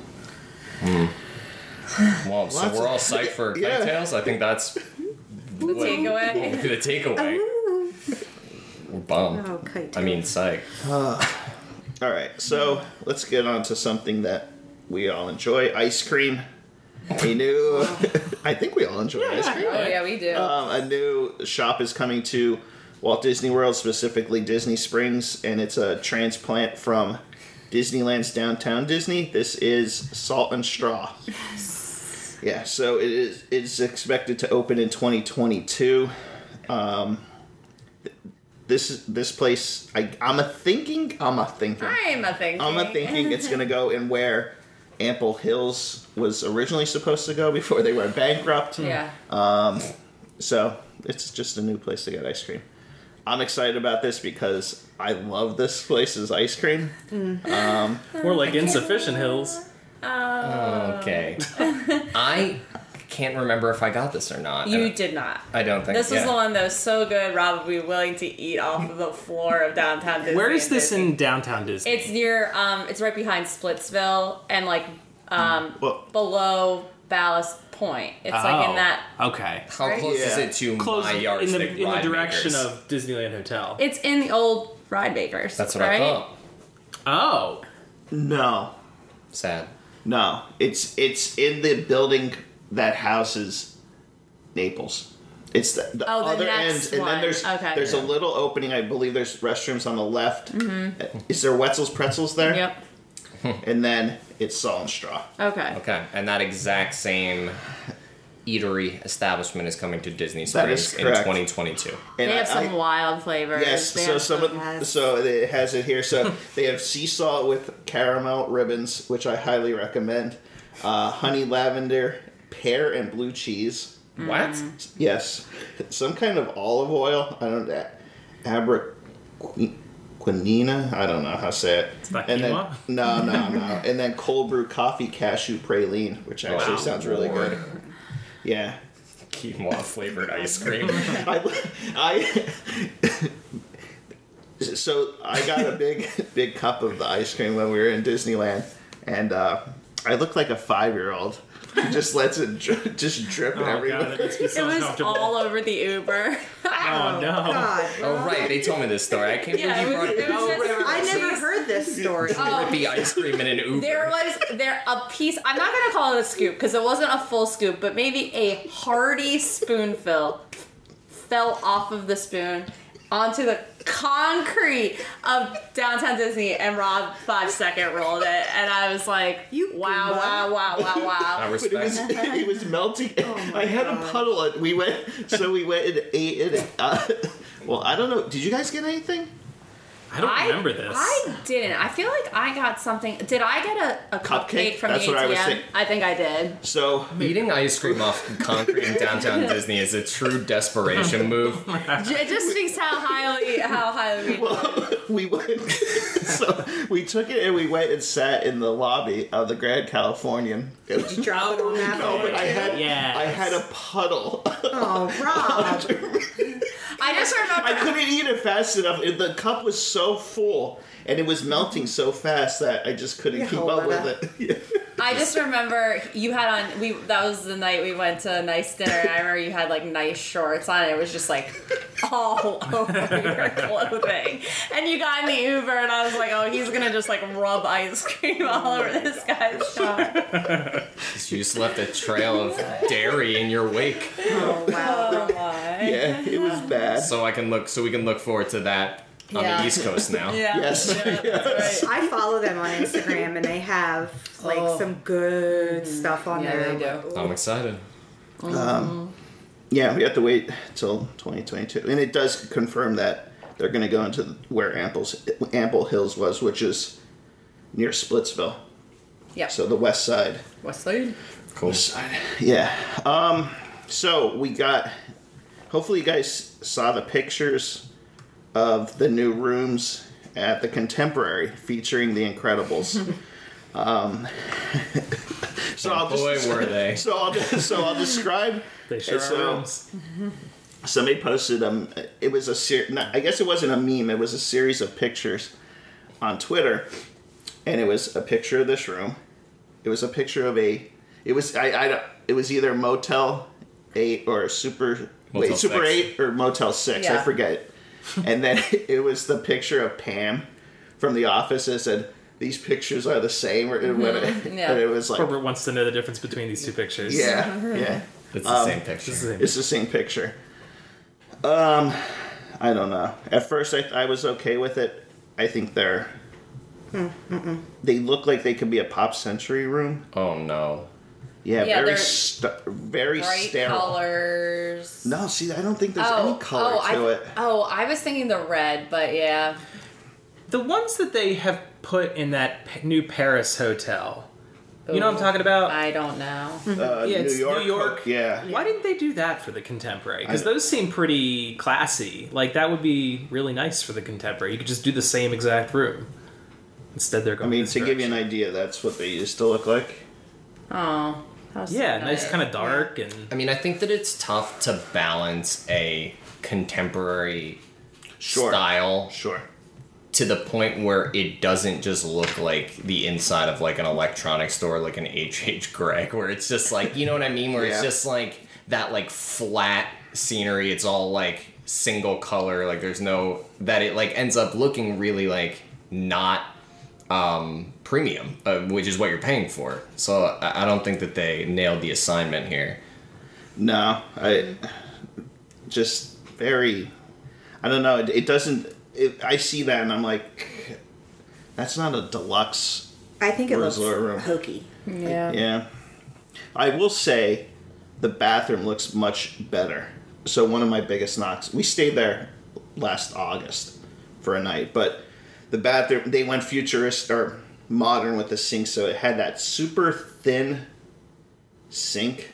Speaker 5: Well, so
Speaker 3: Lots
Speaker 5: we're
Speaker 3: of-
Speaker 5: all psyched for
Speaker 3: Yeah.
Speaker 5: cocktails. I think that's
Speaker 1: the takeaway.
Speaker 5: the takeaway. We're bummed.
Speaker 2: Oh, kite.
Speaker 5: I mean, psych.
Speaker 3: All right, so let's get on to something that we all enjoy: ice cream. A new, I think we all enjoy ice cream.
Speaker 1: Oh yeah, we do.
Speaker 3: Um, a new shop is coming to Walt Disney World, specifically Disney Springs, and it's a transplant from Disneyland's downtown Disney. This is Salt and Straw. Yeah, so it is it's expected to open in 2022. Um, th- this this place, I, I'm a thinking, I'm a thinking,
Speaker 1: I'm a thinking.
Speaker 3: I'm a thinking it's gonna go in where Ample Hills was originally supposed to go before they went bankrupt.
Speaker 1: Yeah.
Speaker 3: So it's just a new place to get ice cream. I'm excited about this because I love this place's ice cream.
Speaker 4: More like insufficient hills.
Speaker 5: Okay. I can't remember if I got this or not.
Speaker 6: You
Speaker 5: And
Speaker 6: did not.
Speaker 5: Uh, I don't think
Speaker 6: This was
Speaker 5: yeah.
Speaker 6: the one that was so good, Rob would be willing to eat off of the floor of downtown Disney.
Speaker 4: Where is
Speaker 6: and
Speaker 4: this
Speaker 6: Disney.
Speaker 4: in downtown Disney?
Speaker 6: It's near. Um, it's right behind Splitsville and like um,
Speaker 3: Well-
Speaker 6: below Ballast Point. It's like
Speaker 5: Ah,
Speaker 4: Oh,
Speaker 6: in that.
Speaker 4: Okay.
Speaker 5: How close is
Speaker 3: Yeah.
Speaker 5: it to
Speaker 4: Close
Speaker 5: my
Speaker 4: in
Speaker 5: yardstick
Speaker 4: the, in the
Speaker 5: ride
Speaker 4: direction
Speaker 5: makers?
Speaker 4: of Disneyland Hotel.
Speaker 6: It's in the old Ride Bakers.
Speaker 5: That's what
Speaker 6: right?
Speaker 5: I thought.
Speaker 4: Oh.
Speaker 3: No,
Speaker 5: Sad.
Speaker 3: no. It's it's in the building that houses Naples. It's the, the
Speaker 6: Oh, the
Speaker 3: other
Speaker 6: next
Speaker 3: end, and
Speaker 6: one.
Speaker 3: then there's
Speaker 6: Okay.
Speaker 3: there's
Speaker 6: Yeah.
Speaker 3: a little opening. I believe there's restrooms on the left. Is there Wetzel's Pretzels there?
Speaker 6: Mm-hmm. Yep.
Speaker 3: And then it's Salt and Straw.
Speaker 6: Okay.
Speaker 5: Okay, and that exact same eatery establishment is coming to Disney
Speaker 3: That is
Speaker 5: Springs in
Speaker 3: correct.
Speaker 5: 2022.
Speaker 3: And
Speaker 6: They have
Speaker 3: I-
Speaker 6: some wild flavors.
Speaker 3: Yes,
Speaker 6: They
Speaker 3: so
Speaker 6: have
Speaker 3: some of
Speaker 2: has-
Speaker 3: so it has it here. So they have sea salt with caramel ribbons, which I highly recommend. Uh, honey lavender, pear and blue cheese.
Speaker 5: What?
Speaker 3: Yes, some kind of olive oil. I don't know. Abriquinina. I don't know how to say it.
Speaker 4: not
Speaker 3: and then
Speaker 4: quinoa?
Speaker 3: no, no, no. and then cold brew coffee cashew praline, which actually
Speaker 5: Wow.
Speaker 3: sounds really
Speaker 5: Lord.
Speaker 3: good. Yeah,
Speaker 5: Quinoa flavored
Speaker 6: Oh
Speaker 5: ice cream.
Speaker 3: I, I so I got a big big cup of the ice cream when we were in Disneyland, and uh, I looked like a five year old who just lets it dri- just drip
Speaker 4: Oh, God,
Speaker 3: everywhere.
Speaker 4: that makes me
Speaker 6: It
Speaker 4: so
Speaker 6: was
Speaker 4: uncomfortable.
Speaker 6: all over the Uber.
Speaker 4: oh, no.
Speaker 2: God.
Speaker 5: oh right, they told me this story. I can't
Speaker 6: Yeah, it
Speaker 5: believe
Speaker 6: was-
Speaker 5: you
Speaker 6: it was
Speaker 5: brought
Speaker 6: just-
Speaker 5: it.
Speaker 2: I never heard this story.
Speaker 5: Oh, rippy ice cream in an Uber.
Speaker 6: There was there a piece. I'm not gonna call it a scoop because it wasn't a full scoop, but maybe a hearty spoonful fell off of the spoon onto the concrete of downtown Disney, and Rob five second rolled it, and I was like,
Speaker 2: You
Speaker 6: wow,
Speaker 2: goober."
Speaker 6: wow, wow, wow,
Speaker 5: I
Speaker 6: wow."
Speaker 3: But it
Speaker 5: respect.
Speaker 3: was it was melting. I had a puddle. And we went so we went and ate it. Uh, well, I don't know. Did you guys get anything?
Speaker 4: I don't remember this.
Speaker 6: I didn't. I feel like I got something. Did I get a, a cupcake,
Speaker 3: Cupcake?
Speaker 6: from
Speaker 3: That's
Speaker 6: the
Speaker 3: what
Speaker 6: ATM?
Speaker 3: I was thinking.
Speaker 6: I think I did.
Speaker 3: So
Speaker 5: Eating ice cream off concrete in downtown Disney is a true
Speaker 6: Oh
Speaker 5: desperation move.
Speaker 6: J- It just speaks how highly how highly
Speaker 3: we
Speaker 6: we
Speaker 3: went. so we took it and we went and sat in the lobby of the Grand Californian. It was
Speaker 2: Did you drop it on that
Speaker 3: No, but I had
Speaker 4: Yes.
Speaker 3: I had a puddle.
Speaker 2: Oh, Rob.
Speaker 6: I just remember.
Speaker 3: I couldn't eat it fast enough. It- The cup was so full and it was melting so fast that I just couldn't
Speaker 2: Yeah,
Speaker 3: keep
Speaker 2: hold
Speaker 3: up
Speaker 2: it
Speaker 3: with
Speaker 2: up.
Speaker 3: it. Yeah.
Speaker 6: I just remember you had on we that was the night we went to a nice dinner and I remember you had like nice shorts on and it was just like all over your clothing. And you got in the Uber and I was like, Oh, he's gonna just like rub ice cream all
Speaker 3: Oh
Speaker 6: over this guy's shop.
Speaker 5: You just left a trail of dairy in your wake,
Speaker 2: Oh, wow.
Speaker 6: Oh my.
Speaker 3: Yeah, it was bad.
Speaker 5: so I can look. So we can look forward to that on
Speaker 6: Yeah.
Speaker 5: the East Coast now.
Speaker 6: Yeah.
Speaker 3: Yes.
Speaker 6: Yeah, that's right.
Speaker 2: I follow them on Instagram and they have like
Speaker 6: Oh. Mm.
Speaker 2: some good stuff on
Speaker 6: Yeah,
Speaker 2: there.
Speaker 6: they
Speaker 2: I'm
Speaker 6: do.
Speaker 2: like,
Speaker 5: I'm excited.
Speaker 3: Yeah, we have to wait till 2022, and it does confirm that they're going to go into where Ample's, Ample Hills was, which is near Splitsville.
Speaker 6: Yeah.
Speaker 3: So the west side.
Speaker 6: What's that?
Speaker 5: Cool.
Speaker 3: Yeah. Um, so we got. Hopefully, you guys saw the pictures of the new rooms at the Contemporary featuring the Incredibles. um, so I'll just.
Speaker 5: Boy, were they.
Speaker 3: So I'll, so I'll describe.
Speaker 4: They sure
Speaker 3: and so
Speaker 4: are rooms.
Speaker 3: Somebody posted um, it was a ser- no, I guess it wasn't a meme. It was a series of pictures on Twitter, and it was a picture of this room. It was a picture of a. It was I. I don't- it was either Motel Eight or Super
Speaker 5: Motel
Speaker 3: wait Super
Speaker 5: Six.
Speaker 3: Eight or Motel Six. I
Speaker 6: Yeah.
Speaker 3: forget. and then it was the picture of Pam from The Office that said, "These pictures are the same." Or when it,
Speaker 6: Mm-hmm. yeah.
Speaker 3: and it was like,
Speaker 4: Herbert wants to know the difference between these two pictures.
Speaker 3: yeah, yeah.
Speaker 5: It's the same picture.
Speaker 4: This is-
Speaker 3: It's the same picture. Um, I don't know. At first, I, I was okay with it. I think they're. They look like they could be a pop century room.
Speaker 5: Oh no.
Speaker 3: Yeah,
Speaker 6: Yeah,
Speaker 3: very
Speaker 6: they're
Speaker 3: st- very
Speaker 6: Bright
Speaker 3: sterile.
Speaker 6: colors.
Speaker 3: No, see, I don't think there's
Speaker 6: Oh,
Speaker 3: any color
Speaker 6: oh,
Speaker 3: to
Speaker 6: I,
Speaker 3: it.
Speaker 6: Oh, I was thinking the red, but yeah.
Speaker 4: The ones that they have put in that p- new Paris hotel. You know what I'm talking about?
Speaker 6: I don't know.
Speaker 3: Uh,
Speaker 4: yeah,
Speaker 3: New
Speaker 4: it's
Speaker 3: York.
Speaker 4: New York.
Speaker 3: Yeah.
Speaker 4: Why didn't they do that for the contemporary? Because
Speaker 3: I know.
Speaker 4: those seem pretty classy. Like that would be really nice for the contemporary. You could just do the same exact room. Instead, they're
Speaker 3: I
Speaker 4: going.
Speaker 3: mean,
Speaker 4: this
Speaker 3: to give you an
Speaker 4: direction.
Speaker 3: idea, that's what they used to look like.
Speaker 6: Oh,
Speaker 1: How's
Speaker 4: Yeah,
Speaker 1: that?
Speaker 4: nice, kind of dark and
Speaker 5: I mean, I think that it's tough to balance a contemporary
Speaker 3: Sure.
Speaker 5: style
Speaker 3: Sure.
Speaker 5: to the point where it doesn't just look like the inside of like an electronics store, like an H.H. Gregg, where it's just like, you know what I mean? Where it's
Speaker 3: Yeah.
Speaker 5: just like that like flat scenery. It's all like single color. Like there's no, that it like ends up looking really like not um, premium, uh, which is what you're paying for. So I, I don't think that they nailed the assignment here.
Speaker 3: No, I just very. I don't know. It, it doesn't. It, I see that and I'm like, that's not a deluxe.
Speaker 2: I think it
Speaker 3: Where's
Speaker 2: looks
Speaker 3: our room?
Speaker 2: hokey.
Speaker 1: Yeah.
Speaker 3: Yeah. I will say, the bathroom looks much better. So one of my biggest knocks. We stayed there last August for a night, but the bathroom they went futurist or modern with the sink, so it had that super thin sink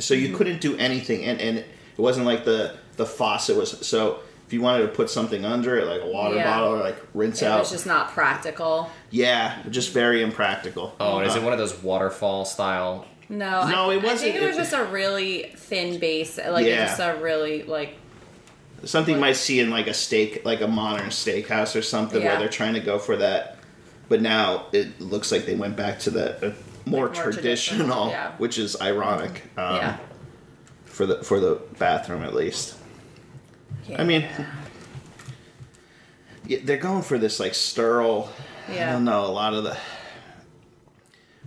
Speaker 3: so you
Speaker 1: Mm-hmm.
Speaker 3: couldn't do anything and, and it wasn't like the the faucet was so if you wanted to put something under it like a water
Speaker 1: Yeah.
Speaker 3: bottle or like rinse
Speaker 1: It
Speaker 3: out
Speaker 1: was just not practical.
Speaker 3: yeah just very impractical
Speaker 5: Oh, and is
Speaker 3: Uh,
Speaker 5: it one of those waterfall style?
Speaker 1: No,
Speaker 3: No,
Speaker 1: I,
Speaker 3: it
Speaker 1: I think
Speaker 3: wasn't-
Speaker 1: it was
Speaker 3: it-
Speaker 1: just a really thin base, like
Speaker 3: Yeah.
Speaker 1: just a really like
Speaker 3: something you might see in like a steak like a modern steakhouse or something
Speaker 1: Yeah.
Speaker 3: where they're trying to go for that but now it looks like they went back to that uh, more,
Speaker 1: more
Speaker 3: traditional,
Speaker 1: traditional, yeah.
Speaker 3: which is ironic um,
Speaker 1: yeah.
Speaker 3: for the for the bathroom at least I mean, yeah, they're going for this like sterile. I
Speaker 1: Yeah.
Speaker 3: don't know a lot of the,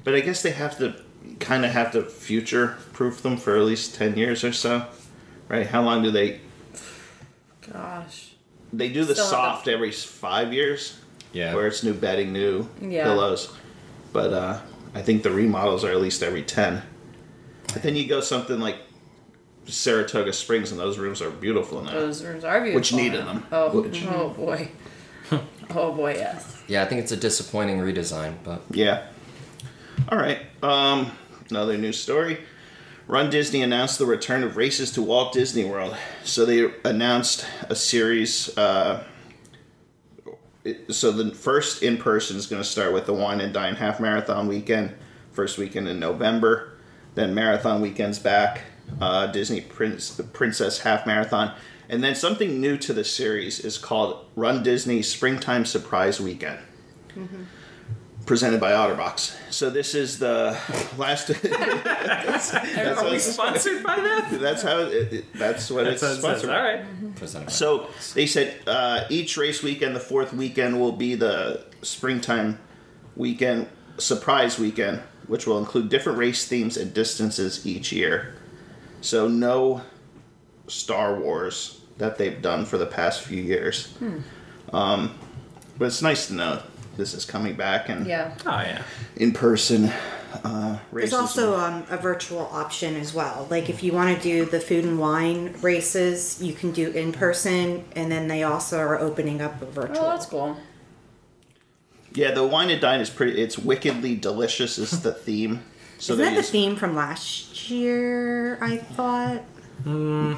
Speaker 3: but I guess they have to kind of have to future proof them for at least ten years or so, right? How long do they?
Speaker 1: gosh,
Speaker 3: They do the
Speaker 1: Still have
Speaker 3: soft every s- five years,
Speaker 5: Yeah.
Speaker 3: where it's new bedding, new
Speaker 1: Yeah.
Speaker 3: pillows, but uh, I think the remodels are at least every ten. But then you go something like Saratoga Springs, and those rooms are beautiful now.
Speaker 1: those rooms are beautiful.
Speaker 3: Which needed them.
Speaker 1: Oh,
Speaker 3: Which-
Speaker 1: oh boy, oh boy, yes.
Speaker 5: Yeah, I think it's a disappointing redesign, but
Speaker 3: Yeah. All right. Um, another news story. Run Disney announced the return of races to Walt Disney World. So they announced a series. Uh, it- so the first in person is going to start with the Wine and Dine Half Marathon weekend, first weekend in November. Then Marathon weekends back, uh, Disney Prince, the Princess Half Marathon. And then something new to the series is called Run Disney Springtime Surprise Weekend presented by Otterbox. So this is the last. that's, that's
Speaker 4: are we
Speaker 3: how,
Speaker 4: sponsored by that?
Speaker 3: that's how it, it- that's what
Speaker 4: That
Speaker 3: it's
Speaker 4: sounds
Speaker 3: sponsored.
Speaker 4: all
Speaker 3: by.
Speaker 4: right. Oh,
Speaker 5: presented by-
Speaker 3: So they said uh, each race weekend, the fourth weekend will be the springtime weekend surprise weekend, which will include different race themes and distances each year. So no Star Wars that they've done for the past few years.
Speaker 2: Hmm.
Speaker 3: Um, but it's nice to know this is coming back and
Speaker 1: Yeah,
Speaker 4: Oh yeah.
Speaker 3: in person uh, races.
Speaker 2: There's also um, a virtual option as well. Like if you want to do the food and wine races, you can do in person, and then they also are opening up a virtual.
Speaker 1: oh, that's cool.
Speaker 3: yeah, the wine and dine is pretty. It's wickedly delicious is the theme. So
Speaker 2: Isn't that
Speaker 3: they
Speaker 2: the
Speaker 3: use-
Speaker 2: theme from last year? I thought. was
Speaker 4: no.
Speaker 2: it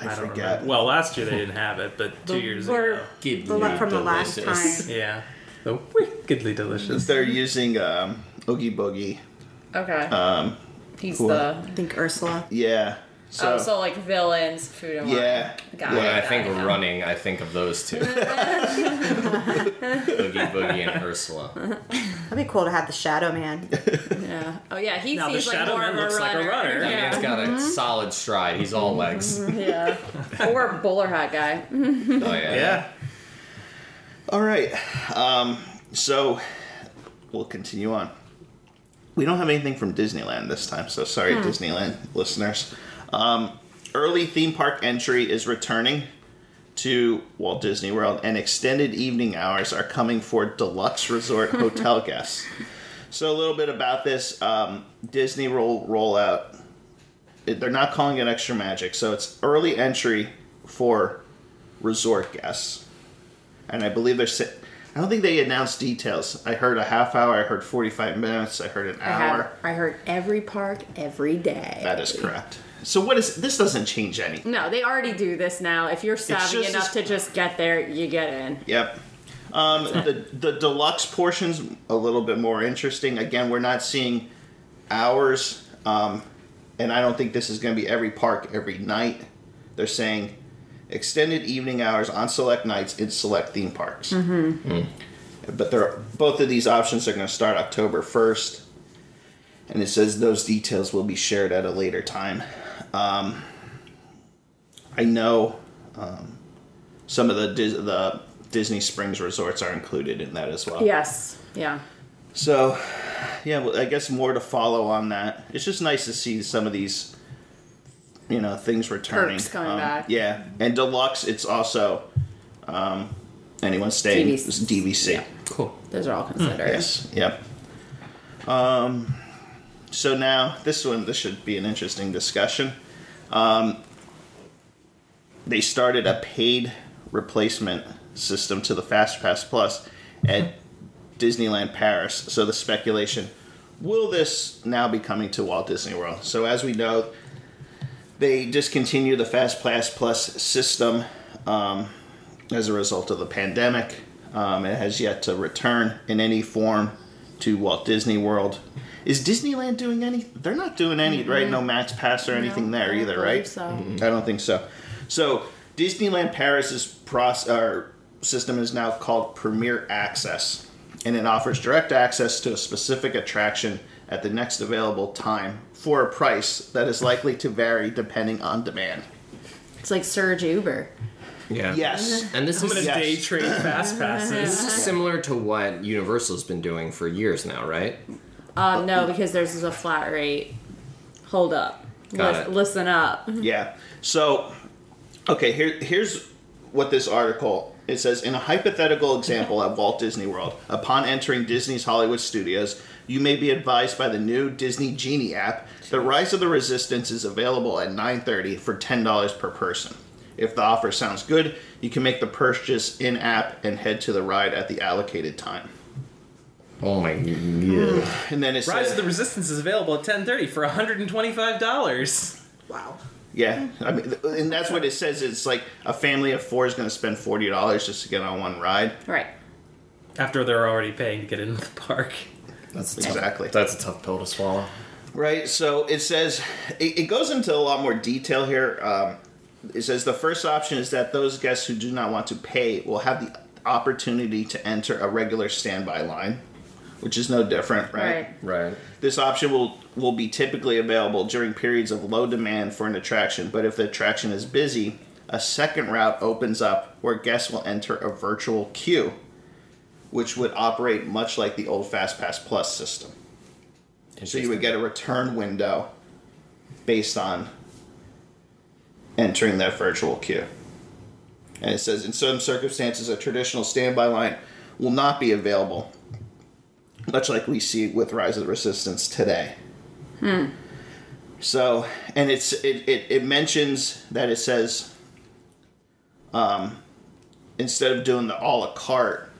Speaker 3: I,
Speaker 4: Mm, don't
Speaker 3: forget.
Speaker 4: remember. Well, last year they didn't have it, but two years
Speaker 2: Or-
Speaker 4: ago.
Speaker 5: Give
Speaker 2: the
Speaker 5: me
Speaker 2: one from the last
Speaker 5: delicious.
Speaker 2: time?
Speaker 4: Yeah. The wickedly delicious.
Speaker 3: They're using um, Oogie Boogie.
Speaker 1: Okay. Um, he's
Speaker 3: cool.
Speaker 1: the
Speaker 2: I think Ursula.
Speaker 3: Yeah. So,
Speaker 1: oh, so like villains, food and wine.
Speaker 3: yeah.
Speaker 1: Got
Speaker 5: When I
Speaker 1: it.
Speaker 5: think
Speaker 1: got it.
Speaker 5: running, I think of those two. Boogie Boogie and Ursula.
Speaker 2: That'd be cool to have the Shadow Man.
Speaker 1: Yeah. Oh yeah, he
Speaker 4: Now, the
Speaker 1: seems like
Speaker 4: shadow
Speaker 1: more
Speaker 4: man
Speaker 1: of a
Speaker 4: looks like a
Speaker 1: runner.
Speaker 4: runner. That
Speaker 5: He's
Speaker 1: Yeah.
Speaker 5: got a solid stride. He's all legs. Oh
Speaker 1: yeah. Or bowler hat guy.
Speaker 5: yeah.
Speaker 4: Yeah.
Speaker 3: All right. Um, so we'll continue on. We don't have anything from Disneyland this time, so sorry,
Speaker 2: Hmm.
Speaker 3: Disneyland listeners. Um, early theme park entry is returning to Walt Disney World, and extended evening hours are coming for deluxe resort hotel guests. So, a little bit about this um, Disney roll rollout it- they're not calling it extra magic, so it's early entry for resort guests. And I believe they're. Si- I don't think they announced details. I heard a half hour. I heard forty-five minutes. I heard an
Speaker 1: I, have-
Speaker 3: hour.
Speaker 1: I heard every park every day.
Speaker 3: That is correct. So what is this? Doesn't change anything.
Speaker 1: No, they already do this now. If you're savvy
Speaker 3: just
Speaker 1: enough
Speaker 3: as-
Speaker 1: to just get there, you get in.
Speaker 3: Yep. Um, the the deluxe portions a little bit more interesting. Again, we're not seeing hours, um, and I don't think this is going to be every park every night. They're saying extended evening hours on select nights in select theme parks. Mm-hmm. But they're, both of these options are going to start October 1st, and it says those details will be shared at a later time. Um, I know um, some of the Dis- the Disney Springs resorts are included in that as well.
Speaker 1: Yes. Yeah.
Speaker 3: So, yeah, well, I guess more to follow on that. It's just nice to see some of these, you know, things returning.
Speaker 1: Perks coming
Speaker 3: Um,
Speaker 1: back.
Speaker 3: Yeah, and deluxe. It's also um, anyone staying
Speaker 1: DVC.
Speaker 3: it's DVC.
Speaker 1: Yeah.
Speaker 5: Cool.
Speaker 1: Those are all
Speaker 5: Hmm.
Speaker 1: considered.
Speaker 3: Yes. Yep. Um. So now this one, this should be an interesting discussion. Um, they started a paid replacement system to the Fast Pass Plus at Disneyland Paris. So the speculation: will this now be coming to Walt Disney World? So as we know, they discontinue the Fast Pass Plus system um, as a result of the pandemic. Um, it has yet to return in any form to Walt Disney World. Is Disneyland doing any? They're not doing any, right? No Max Pass or anything
Speaker 1: Mm-hmm. No, I
Speaker 3: there
Speaker 1: don't
Speaker 3: either,
Speaker 1: believe
Speaker 3: right?
Speaker 1: so.
Speaker 3: I don't think so. So Disneyland Paris's process or system is now called Premier Access, and it offers direct access to a specific attraction at the next available time for a price that is likely to vary depending on demand.
Speaker 1: It's like Surge Uber.
Speaker 5: Yeah.
Speaker 3: Yes.
Speaker 5: And this
Speaker 4: I'm
Speaker 5: is
Speaker 4: gonna
Speaker 3: Yes.
Speaker 4: day trade fast passes.
Speaker 5: similar to what Universal's been doing for years now, right?
Speaker 1: Um, no, because theirs is a flat rate. Hold up.
Speaker 5: Got
Speaker 1: Lis-
Speaker 5: it.
Speaker 1: Listen up.
Speaker 3: Yeah. So, okay, here, here's what this article it says in a hypothetical example at Walt Disney World, upon entering Disney's Hollywood Studios, you may be advised by the new Disney Genie app that Rise of the Resistance is available at 9:30 for $10 per person. If the offer sounds good, you can make the purchase in app and head to the ride at the allocated time.
Speaker 5: Oh my yeah.
Speaker 3: And then it says
Speaker 4: Rise of the Resistance is available at 10:30 for 125 dollars.
Speaker 2: Wow.
Speaker 3: Yeah, I mean, th- and that's what it says. It's like a family of four is going to spend forty dollars just to get on one ride.
Speaker 1: Right.
Speaker 4: After they're already paying to get into the park.
Speaker 5: That's a
Speaker 3: Exactly.
Speaker 5: That's a tough pill to swallow.
Speaker 3: Right. So it says it, it goes into a lot more detail here. Um, it says the first option is that those guests who do not want to pay will have the opportunity to enter a regular standby line, which is no different,
Speaker 1: Right.
Speaker 3: right?
Speaker 5: Right.
Speaker 3: This option will will be typically available during periods of low demand for an attraction, but if the attraction is busy, a second route opens up where guests will enter a virtual queue, which would operate much like the old FastPass Plus system. So you would get a return window based on entering that virtual queue. And it says in some circumstances, a traditional standby line will not be available, much like we see with Rise of the Resistance today. So, and it's it, it, it mentions that it says, um, instead of doing the a la carte,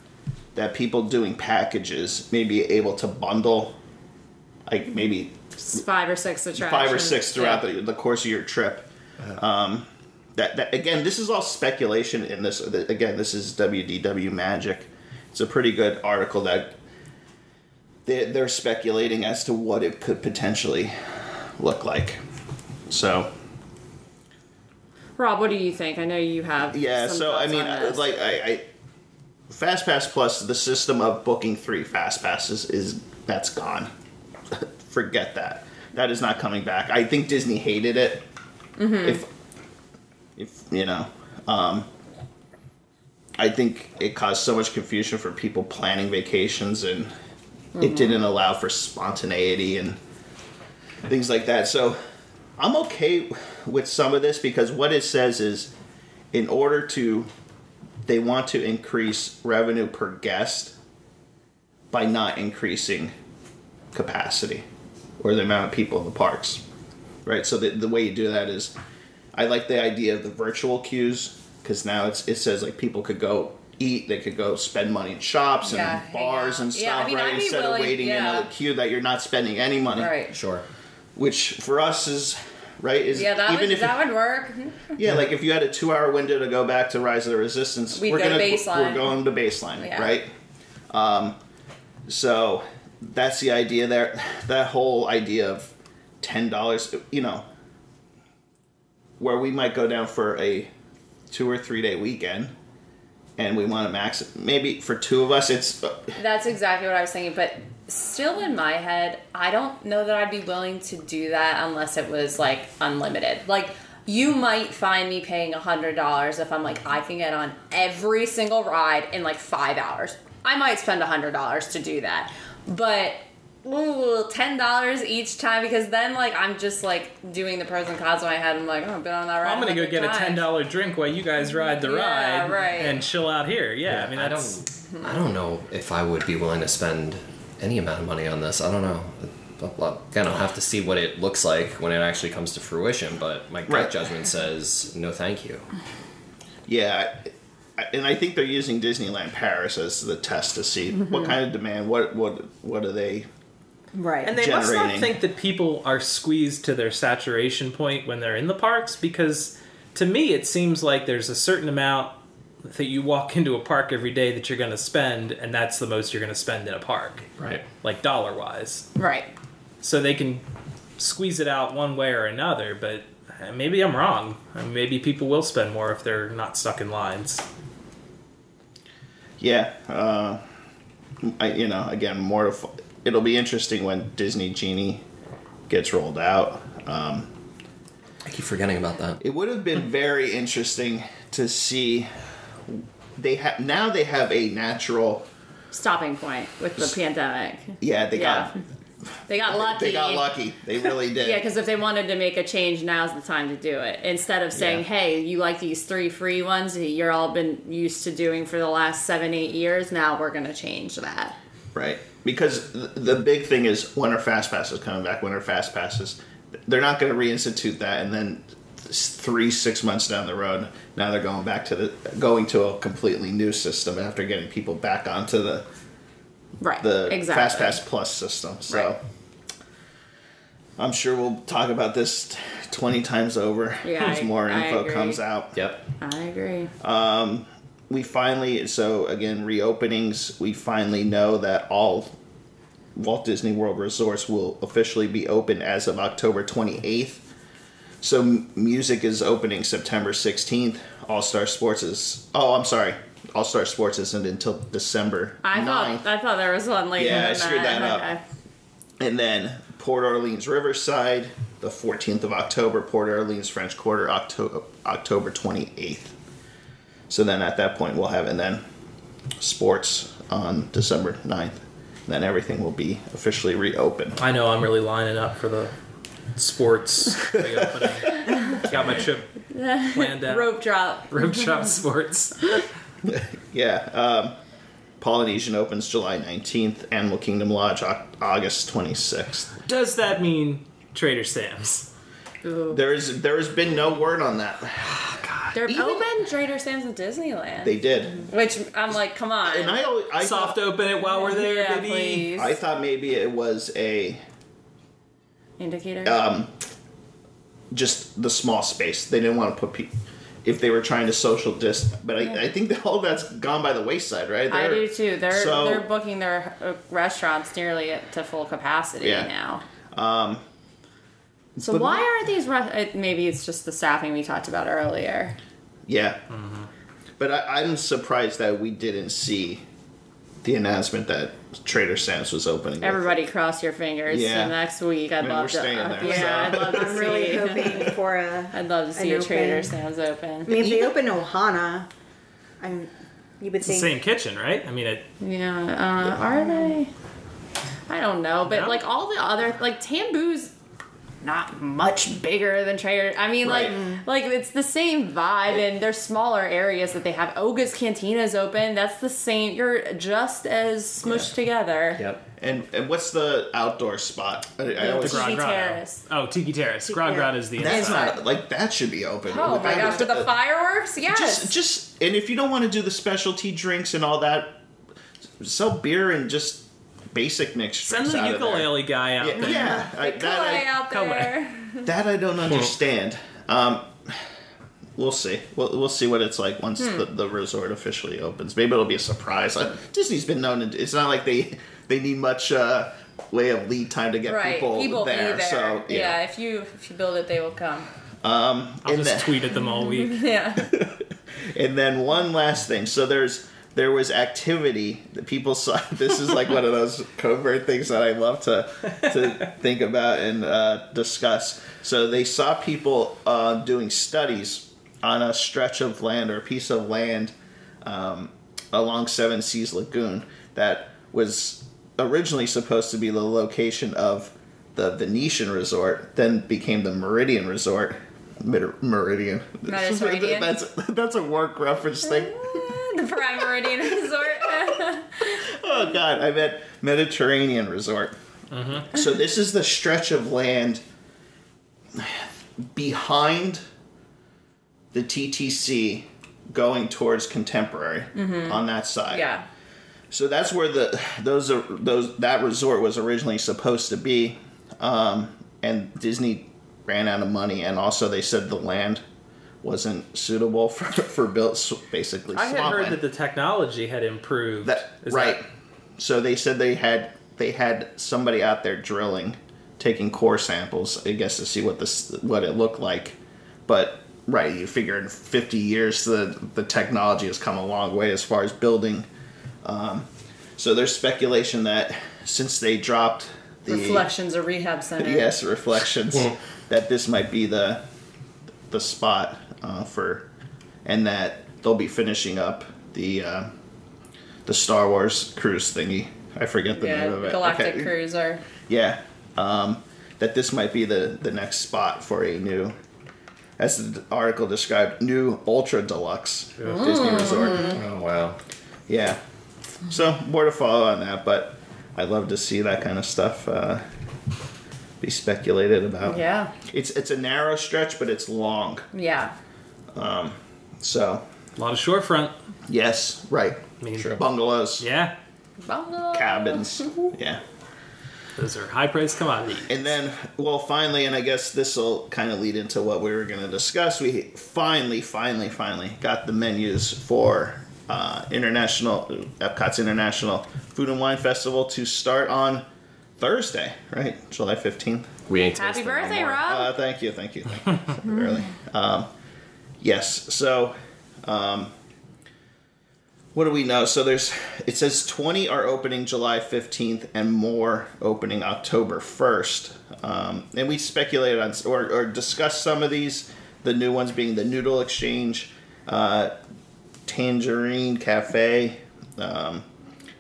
Speaker 3: that people doing packages may be able to bundle, like maybe
Speaker 1: It's five or six attractions.
Speaker 3: five or six throughout
Speaker 1: Yeah.
Speaker 3: the, the course of your trip. Um, that, that again, this is all speculation. In this, th- again, this is WDW magic. It's a pretty good article that they, they're speculating as to what it could potentially look like. So
Speaker 1: Rob, what do you think? I know you have.
Speaker 3: yeah,
Speaker 1: some
Speaker 3: so I
Speaker 1: thoughts
Speaker 3: mean,
Speaker 1: on
Speaker 3: I,
Speaker 1: this.
Speaker 3: like I, I Fast Pass Plus, the system of booking three Fast Passes is that's gone. Forget that. That is not coming back. I think Disney hated it.
Speaker 1: Mm-hmm.
Speaker 3: If if you know, um, I think it caused so much confusion for people planning vacations, and
Speaker 1: Mm-hmm.
Speaker 3: it didn't allow for spontaneity and things like that. So I'm okay with some of this because what it says is in order to they want to increase revenue per guest by not increasing capacity or the amount of people in the parks right so the, the way you do that is i like the idea of the virtual queues because now it's it says like people could go eat they could go spend money in shops and
Speaker 1: Yeah, hang
Speaker 3: bars
Speaker 1: out.
Speaker 3: and stuff
Speaker 1: Yeah, I mean,
Speaker 3: right
Speaker 1: I'd be
Speaker 3: instead
Speaker 1: willing-
Speaker 3: of waiting
Speaker 1: yeah.
Speaker 3: in a queue that you're not spending any money
Speaker 1: Right.
Speaker 5: Sure.
Speaker 3: which for us is right is
Speaker 1: Yeah, that,
Speaker 3: even
Speaker 1: would,
Speaker 3: if
Speaker 1: that would work.
Speaker 3: yeah, like if you had a two-hour window to go back to Rise of the Resistance,
Speaker 1: We'd
Speaker 3: we're
Speaker 1: go to
Speaker 3: gonna
Speaker 1: baseline.
Speaker 3: we're going to baseline,
Speaker 1: Yeah.
Speaker 3: right? Um, so that's the idea there. That whole idea of ten dollars, you know, where we might go down for a two or three day weekend, and we want to max. Maybe for two of us, it's
Speaker 6: That's exactly what I was thinking, but still in my head, I don't know that I'd be willing to do that unless it was like unlimited. Like you might find me paying $100 if I'm like I can get on every single ride in like 5 hours. I might spend $100 to do that. But ooh, $10 each time because then like I'm just like doing the pros and cons in my head. I'm like, oh, I've been on that ride.
Speaker 4: I'm gonna go
Speaker 6: 100
Speaker 4: get a
Speaker 6: times.
Speaker 4: ten dollar drink while you guys ride the
Speaker 6: Yeah,
Speaker 4: ride
Speaker 6: right.
Speaker 4: and chill out here. Yeah, I mean
Speaker 5: I
Speaker 4: that's
Speaker 5: don't. I don't know if I would be willing to spend any amount of money on this. I don't know. Well, Again, I'll have to see what it looks like when it actually comes to fruition. But my gut
Speaker 3: Right.
Speaker 5: judgment says no, thank you.
Speaker 3: yeah. I- And I think they're using Disneyland Paris as the test to see what kind of demand. What what what are they?
Speaker 2: Right.
Speaker 4: And they must not
Speaker 3: generating.
Speaker 4: think that people are squeezed to their saturation point when they're in the parks because to me it seems like there's a certain amount that you walk into a park every day that you're going to spend and that's the most you're going to spend in a park
Speaker 5: Right.
Speaker 4: like dollar wise
Speaker 6: Right.
Speaker 4: so they can squeeze it out one way or another but uh, maybe i'm wrong Uh, maybe people will spend more if they're not stuck in lines
Speaker 3: Yeah, uh, I, you know, again, more. To, f- it'll be interesting when Disney Genie gets rolled out.
Speaker 5: I keep forgetting about that.
Speaker 3: It would have been very interesting to see. They have now. They have a natural.
Speaker 6: Stopping point with the pandemic.
Speaker 3: Yeah, they
Speaker 6: Yeah. They got
Speaker 3: got.
Speaker 6: lucky.
Speaker 3: They got lucky. They really did.
Speaker 6: Yeah, because if they wanted to make a change, now's the time to do it. Instead of saying,
Speaker 3: Yeah.
Speaker 6: "Hey, you like these three free ones that you're all been used to doing for the last seven, eight years. Now we're going to change that."
Speaker 3: Right. Because th- the big thing is when are fast passes coming back? When are fast passes? They're not going to reinstitute that, and then s- three, six months down the road, now they're going back to the going to a completely new system after getting people back onto the
Speaker 6: Right.
Speaker 3: the
Speaker 6: exactly.
Speaker 3: fast pass plus system. So
Speaker 6: Right.
Speaker 3: I'm sure we'll talk about this t- 20 times over
Speaker 6: Yeah,
Speaker 3: as
Speaker 6: I-
Speaker 3: more
Speaker 6: I
Speaker 3: info
Speaker 6: agree.
Speaker 3: comes out.
Speaker 5: Yep.
Speaker 6: I agree.
Speaker 3: Uh, we finally so again reopenings we finally know that all walt disney world resorts will officially be open as of october 28th so m- music is opening september 16th all star sports is oh i'm sorry all star sports isn't until december
Speaker 6: I
Speaker 3: 9th
Speaker 6: thought I thought there was one later.
Speaker 3: Yeah, I
Speaker 6: than
Speaker 3: screwed that up.
Speaker 6: Okay.
Speaker 3: and then port orleans riverside the 14th of october port orleans french quarter october, october 28th so then at that point we'll have and then sports on december 9th and then everything will be officially reopened
Speaker 4: i know i'm really lining up for the sports reopening. got my trip planned out
Speaker 6: Rope drop.
Speaker 4: Rope Chop Sports.
Speaker 3: yeah um, polynesian opens july 19th animal kingdom lodge Au- august 26th
Speaker 4: Does that mean Trader Sam's?
Speaker 6: Ooh.
Speaker 3: there is there has been no word on that
Speaker 6: They're
Speaker 3: even-
Speaker 6: open Trader Sam's in Disneyland,
Speaker 3: they did
Speaker 6: which I'm like, come on.
Speaker 3: and i always I thought-
Speaker 4: Soft open it while we're there,
Speaker 6: yeah,
Speaker 4: baby.
Speaker 6: please.
Speaker 3: I thought maybe it was a
Speaker 6: Indicator.
Speaker 3: Uh, just the small space. They didn't want to put people if they were trying to social distance. But I, I think that all that's gone by the wayside, right?
Speaker 6: I
Speaker 3: They're-
Speaker 6: do too. They're
Speaker 3: so-
Speaker 6: they're booking their uh, restaurants nearly at- to full capacity
Speaker 3: Yeah.
Speaker 6: now. Um, so
Speaker 3: but-
Speaker 6: why aren't these? Re- it- maybe it's just the staffing we talked about earlier.
Speaker 3: Yeah. But I, I'm surprised that we didn't see the announcement that Trader Sam's was opening. with-
Speaker 6: Everybody cross your fingers.
Speaker 3: Yeah.
Speaker 6: So next week, I'd
Speaker 3: mean, we're
Speaker 6: love to. uh,
Speaker 3: staying there,
Speaker 6: yeah, I'd
Speaker 3: so.
Speaker 6: love to
Speaker 2: I'm
Speaker 6: see.
Speaker 2: really hoping for a.
Speaker 6: I'd love to see
Speaker 2: an
Speaker 6: a Trader
Speaker 2: open-
Speaker 6: Sam's
Speaker 2: I
Speaker 6: open.
Speaker 2: mean, if they open Ohana, I'm. You would
Speaker 4: It's the
Speaker 2: think
Speaker 4: same kitchen, right? I mean, it,
Speaker 6: Yeah, uh, are they? I don't know, but
Speaker 4: No.
Speaker 6: like all the other like Tambu's not much bigger than Trader. I mean,
Speaker 3: Right.
Speaker 6: like like it's the same vibe, and there's smaller areas that they have. Oga's Cantina's open. That's the same. You're just as smushed together.
Speaker 5: Yep.
Speaker 3: And and what's the outdoor spot? I, I always
Speaker 6: Grand-
Speaker 4: Gran Grotto.
Speaker 6: Terrace.
Speaker 4: Oh, Tiki Terrace. Gran
Speaker 2: Terrace.
Speaker 4: Grotto is the
Speaker 3: that's
Speaker 4: inside.
Speaker 3: not like that should be open.
Speaker 6: Oh my
Speaker 3: That
Speaker 6: gosh,
Speaker 3: is-
Speaker 6: with the fireworks, yes.
Speaker 3: just just and if you don't want to do the specialty drinks and all that, sell beer and just basic mixed
Speaker 4: Send
Speaker 3: drinks
Speaker 4: the
Speaker 3: out of there.
Speaker 4: ukulele guy out
Speaker 3: Yeah,
Speaker 4: there.
Speaker 3: yeah I, that I-
Speaker 6: Kalei out
Speaker 4: Kalei.
Speaker 6: there.
Speaker 3: That I don't understand. Um, we'll see. We'll, we'll see what it's like once the, the resort officially opens. Maybe it'll be a surprise. Uh, Disney's been known to. It's not like they they need much uh, way of lead time to get
Speaker 1: right.
Speaker 3: people,
Speaker 1: be
Speaker 3: there, So
Speaker 1: yeah. if you if you build it, they will come.
Speaker 4: I'll
Speaker 3: And
Speaker 4: just
Speaker 3: the-
Speaker 4: tweet at them all week.
Speaker 1: Yeah.
Speaker 3: And then one last thing. So there's there was activity that people saw. This is like one of those covert things that I love to to think about and uh, discuss. So they saw people uh, doing studies on a stretch of land or a piece of land um, along Seven Seas Lagoon that was originally supposed to be the location of the Venetian Resort, then became the Meridian Resort. Mer- Meridian.
Speaker 1: That is Meridian.
Speaker 3: That's that's a work reference thing.
Speaker 1: the Prime Meridian Resort.
Speaker 3: Oh God, I meant Mediterranean Resort.
Speaker 4: Mm-hmm.
Speaker 3: So this is the stretch of land behind the TTC going towards Contemporary
Speaker 4: Mm-hmm.
Speaker 3: on that side.
Speaker 1: yeah.
Speaker 3: So that's where the those are those that resort was originally supposed to be, um, and Disney ran out of money, and also they said the land wasn't suitable for for built basically.
Speaker 4: I had
Speaker 3: swampland.
Speaker 4: heard that the technology had improved.
Speaker 3: That
Speaker 4: Is
Speaker 3: right.
Speaker 4: that-
Speaker 3: so they said they had they had somebody out there drilling, taking core samples, I guess, to see what this what it looked like. But right, you figure in fifty years the the technology has come a long way as far as building. Um, so there's speculation that since they dropped the
Speaker 1: Reflections a rehab center.
Speaker 3: yes reflections that this might be the the spot uh, for and that they'll be finishing up the uh, the Star Wars cruise thingy. I forget the
Speaker 1: Yeah,
Speaker 3: name of it.
Speaker 1: Galactic
Speaker 3: Okay.
Speaker 1: Cruise or
Speaker 3: Yeah, um, that this might be the the next spot for a new, as the article described, new ultra deluxe
Speaker 1: Hmm.
Speaker 3: Disney resort.
Speaker 5: Oh wow.
Speaker 3: Yeah, so more to follow on that, but I love to see that kind of stuff uh, be speculated about.
Speaker 1: yeah,
Speaker 3: It's it's a narrow stretch, but it's long.
Speaker 1: yeah.
Speaker 3: So
Speaker 4: A lot of shorefront.
Speaker 3: yes, right.
Speaker 4: I mean,
Speaker 5: Sure.
Speaker 3: Bungalows,
Speaker 4: yeah,
Speaker 1: Bungalow.
Speaker 3: cabins, yeah.
Speaker 4: those are high priced commodities.
Speaker 3: And then, well, finally, and I guess this will kind of lead into what we were going to discuss. We finally, finally, finally got the menus for uh, international Epcot's International Food and Wine Festival to start on Thursday, right, July fifteenth.
Speaker 5: We ain't
Speaker 1: Happy
Speaker 5: tasting no
Speaker 1: birthday,
Speaker 5: more.
Speaker 1: Rob.
Speaker 3: Uh, thank you, thank you, thank you. Sorry, Really. Um, yes. So, um, what do we know? So there's. It says 20 are opening July 15th, and more opening October 1st. Um, and we speculated on or, or discussed some of these. The new ones being the Noodle Exchange, uh, Tangerine Cafe, um,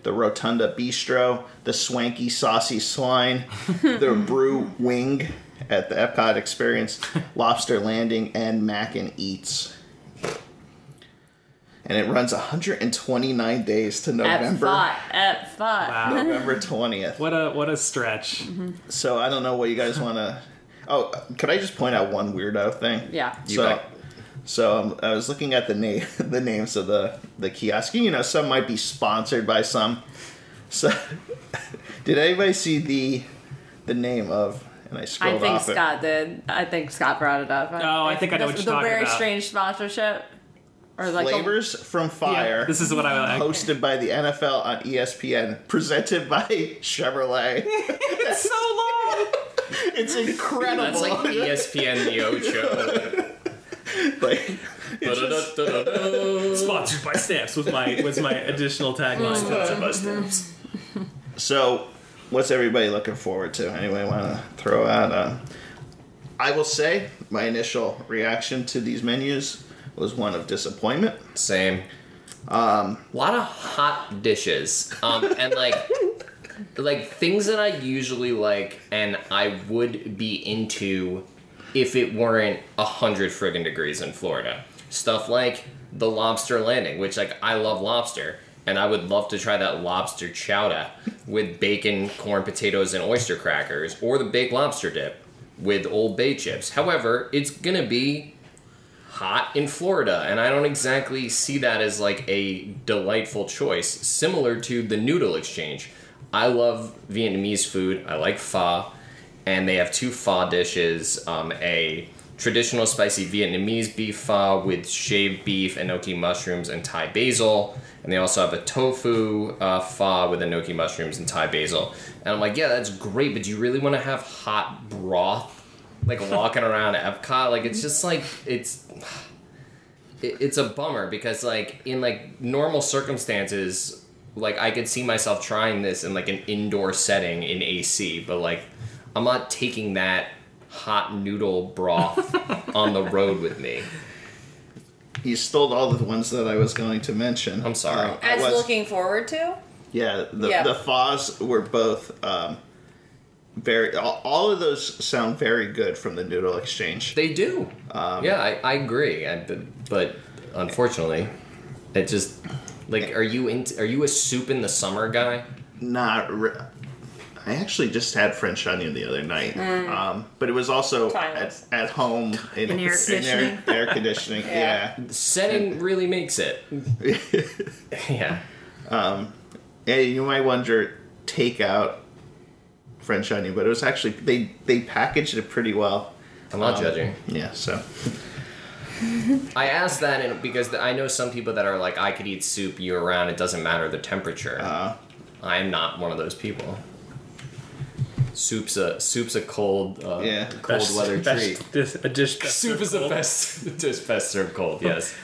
Speaker 3: the Rotunda Bistro, the Swanky Saucy Swine, the Brew Wing at the Epcot Experience, Lobster Landing, and Mac and Eats. And it runs 129 days to
Speaker 1: At
Speaker 3: November
Speaker 1: thought. At thought.
Speaker 4: Wow.
Speaker 3: November 20th.
Speaker 4: What a what a stretch.
Speaker 3: Mm-hmm. So I don't know what you guys want to. Oh, could I just point out one weirdo thing?
Speaker 1: Yeah.
Speaker 5: You
Speaker 3: so,
Speaker 5: bet.
Speaker 3: so um, I was looking at the name, the names of the the kiosk. You know, some might be sponsored by some. So, did anybody see the the name of? And I scrolled
Speaker 1: I think
Speaker 3: off it.
Speaker 1: Scott did. I think Scott brought it up.
Speaker 4: Oh, I think I know
Speaker 1: The-
Speaker 4: what you're
Speaker 1: The
Speaker 4: talking
Speaker 1: very
Speaker 4: about.
Speaker 1: strange sponsorship, or like oh. the-
Speaker 3: Flavors from Fire,
Speaker 4: This is what I like.
Speaker 3: hosted by the NFL on E ESPN, presented by Chevrolet.
Speaker 4: It's so long.
Speaker 3: it's
Speaker 5: That's
Speaker 3: incredible.
Speaker 5: like E ESPN The Ocho.
Speaker 3: Like, it's just-
Speaker 4: Sponsored by Stamps was my was my additional
Speaker 5: Mm.
Speaker 4: tagline.
Speaker 3: So, what's everybody looking forward to? Anyway, want to throw out? Uh, I will say my initial reaction to these menus was one of disappointment.
Speaker 5: Same. Um, a lot of hot dishes, um, and like, like things that I usually like, and I would be into if it weren't a hundred friggin' degrees in Florida. Stuff like the lobster landing, which like I love lobster, and I would love to try that lobster chowder with bacon, corn, potatoes, and oyster crackers, or the baked lobster dip with Old Bay chips. However, it's gonna be hot in Florida, and I don't exactly see that as like a delightful choice. Similar to the noodle exchange, I love Vietnamese food. I like pho, and they have two pho dishes: um, a traditional spicy Vietnamese beef pho with shaved beef, enoki mushrooms, and Thai basil. And they also have a tofu uh, pho with enoki mushrooms and Thai basil. And I'm like, yeah, that's great, but do you really want to have hot broth like walking around Epcot? Like, it's just like, it's. it- It's a bummer because, like, in like normal circumstances, like I could see myself trying this in like an indoor setting in AC, but like I'm not taking that hot noodle broth on the road with me.
Speaker 3: You stole all the ones that I was going to mention.
Speaker 5: I'm sorry.
Speaker 3: Uh, I
Speaker 1: As
Speaker 3: was-
Speaker 1: looking forward to?
Speaker 3: Yeah, the
Speaker 1: Yeah.
Speaker 3: the Foz were both um, very. All, all of those sound very good from the Noodle Exchange.
Speaker 5: They do. yeah, I, I agree. I, but, but unfortunately, it just like are you in, are you a soup in the summer guy?
Speaker 3: Not. Re- I actually just had French onion the other night, um, but it was also at,
Speaker 1: Mm. Timeless.
Speaker 3: at home in,
Speaker 2: In air conditioning.
Speaker 3: air, air conditioning.
Speaker 1: Yeah.
Speaker 3: yeah.
Speaker 5: Setting really makes it. yeah.
Speaker 3: Yeah, you might wonder take out French onion, but it was actually they they packaged it pretty well.
Speaker 5: I'm not judging.
Speaker 3: Yeah, so
Speaker 5: I asked that and because I know some people that are like, I could eat soup year round. It doesn't matter the temperature.
Speaker 3: uh,
Speaker 5: I'm not one of those people. Soup's a soup's a cold uh,
Speaker 3: Yeah.
Speaker 5: cold
Speaker 4: Best-
Speaker 5: weather
Speaker 4: best
Speaker 5: treat.
Speaker 4: dis- a dish best
Speaker 5: Soup is the best just best served cold. Yes.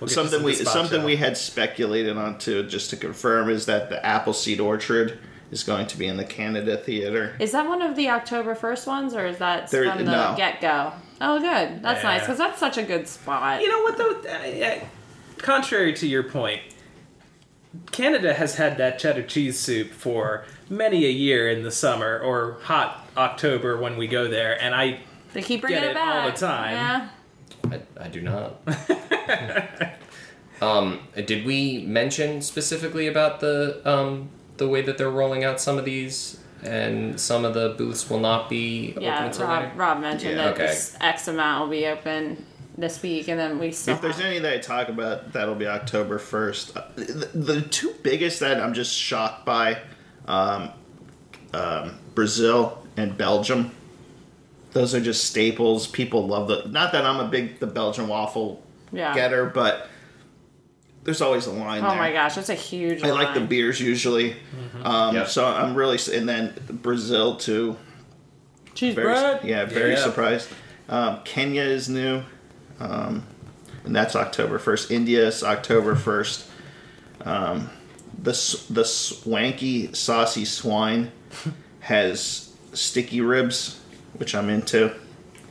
Speaker 4: We'll get
Speaker 3: something
Speaker 4: to
Speaker 3: we
Speaker 4: some
Speaker 3: something
Speaker 4: gazpacho.
Speaker 3: we had speculated on to just to confirm is that the Appleseed Orchard is going to be in the Canada Theater.
Speaker 1: Is that one of the October 1st ones or is that
Speaker 3: There-
Speaker 1: from the
Speaker 3: no.
Speaker 1: get go? Oh, good. That's
Speaker 4: Yeah.
Speaker 1: nice because that's such a good spot.
Speaker 4: You know what though? Uh, uh, contrary to your point, Canada has had that cheddar cheese soup for many a year in the summer or hot October when we go there, and I
Speaker 1: they keep bringing it
Speaker 4: get it all
Speaker 1: back.
Speaker 4: the time.
Speaker 1: Yeah.
Speaker 5: I, I do not. um, did we mention specifically about the um, the way that they're rolling out some of these and some of the booths will not be open
Speaker 1: Yeah,
Speaker 5: until later?
Speaker 1: Rob, Rob mentioned
Speaker 3: Yeah.
Speaker 1: that
Speaker 5: Okay.
Speaker 1: this X amount will be open this week, and then we still
Speaker 3: If there's
Speaker 1: have-
Speaker 3: any that I talk about, that'll be October first. Uh, The, the two biggest that I'm just shocked by, um, um, Brazil and Belgium. Those are just staples. People love the. Not that I'm a big the Belgian waffle
Speaker 1: yeah.
Speaker 3: getter, but there's always a line.
Speaker 1: Oh
Speaker 3: there.
Speaker 1: my gosh, that's a huge.
Speaker 3: I like the
Speaker 1: line.
Speaker 3: beers usually,
Speaker 1: Mm-hmm.
Speaker 3: um,
Speaker 5: Yep.
Speaker 3: so I'm really and then Brazil too.
Speaker 1: cheese
Speaker 3: Very
Speaker 1: bread.
Speaker 3: yeah, very
Speaker 4: Yeah.
Speaker 3: surprised. Um, Kenya is new, um, and that's October first. India is October first. Um, the s- the swanky saucy swine has sticky ribs, which I'm into.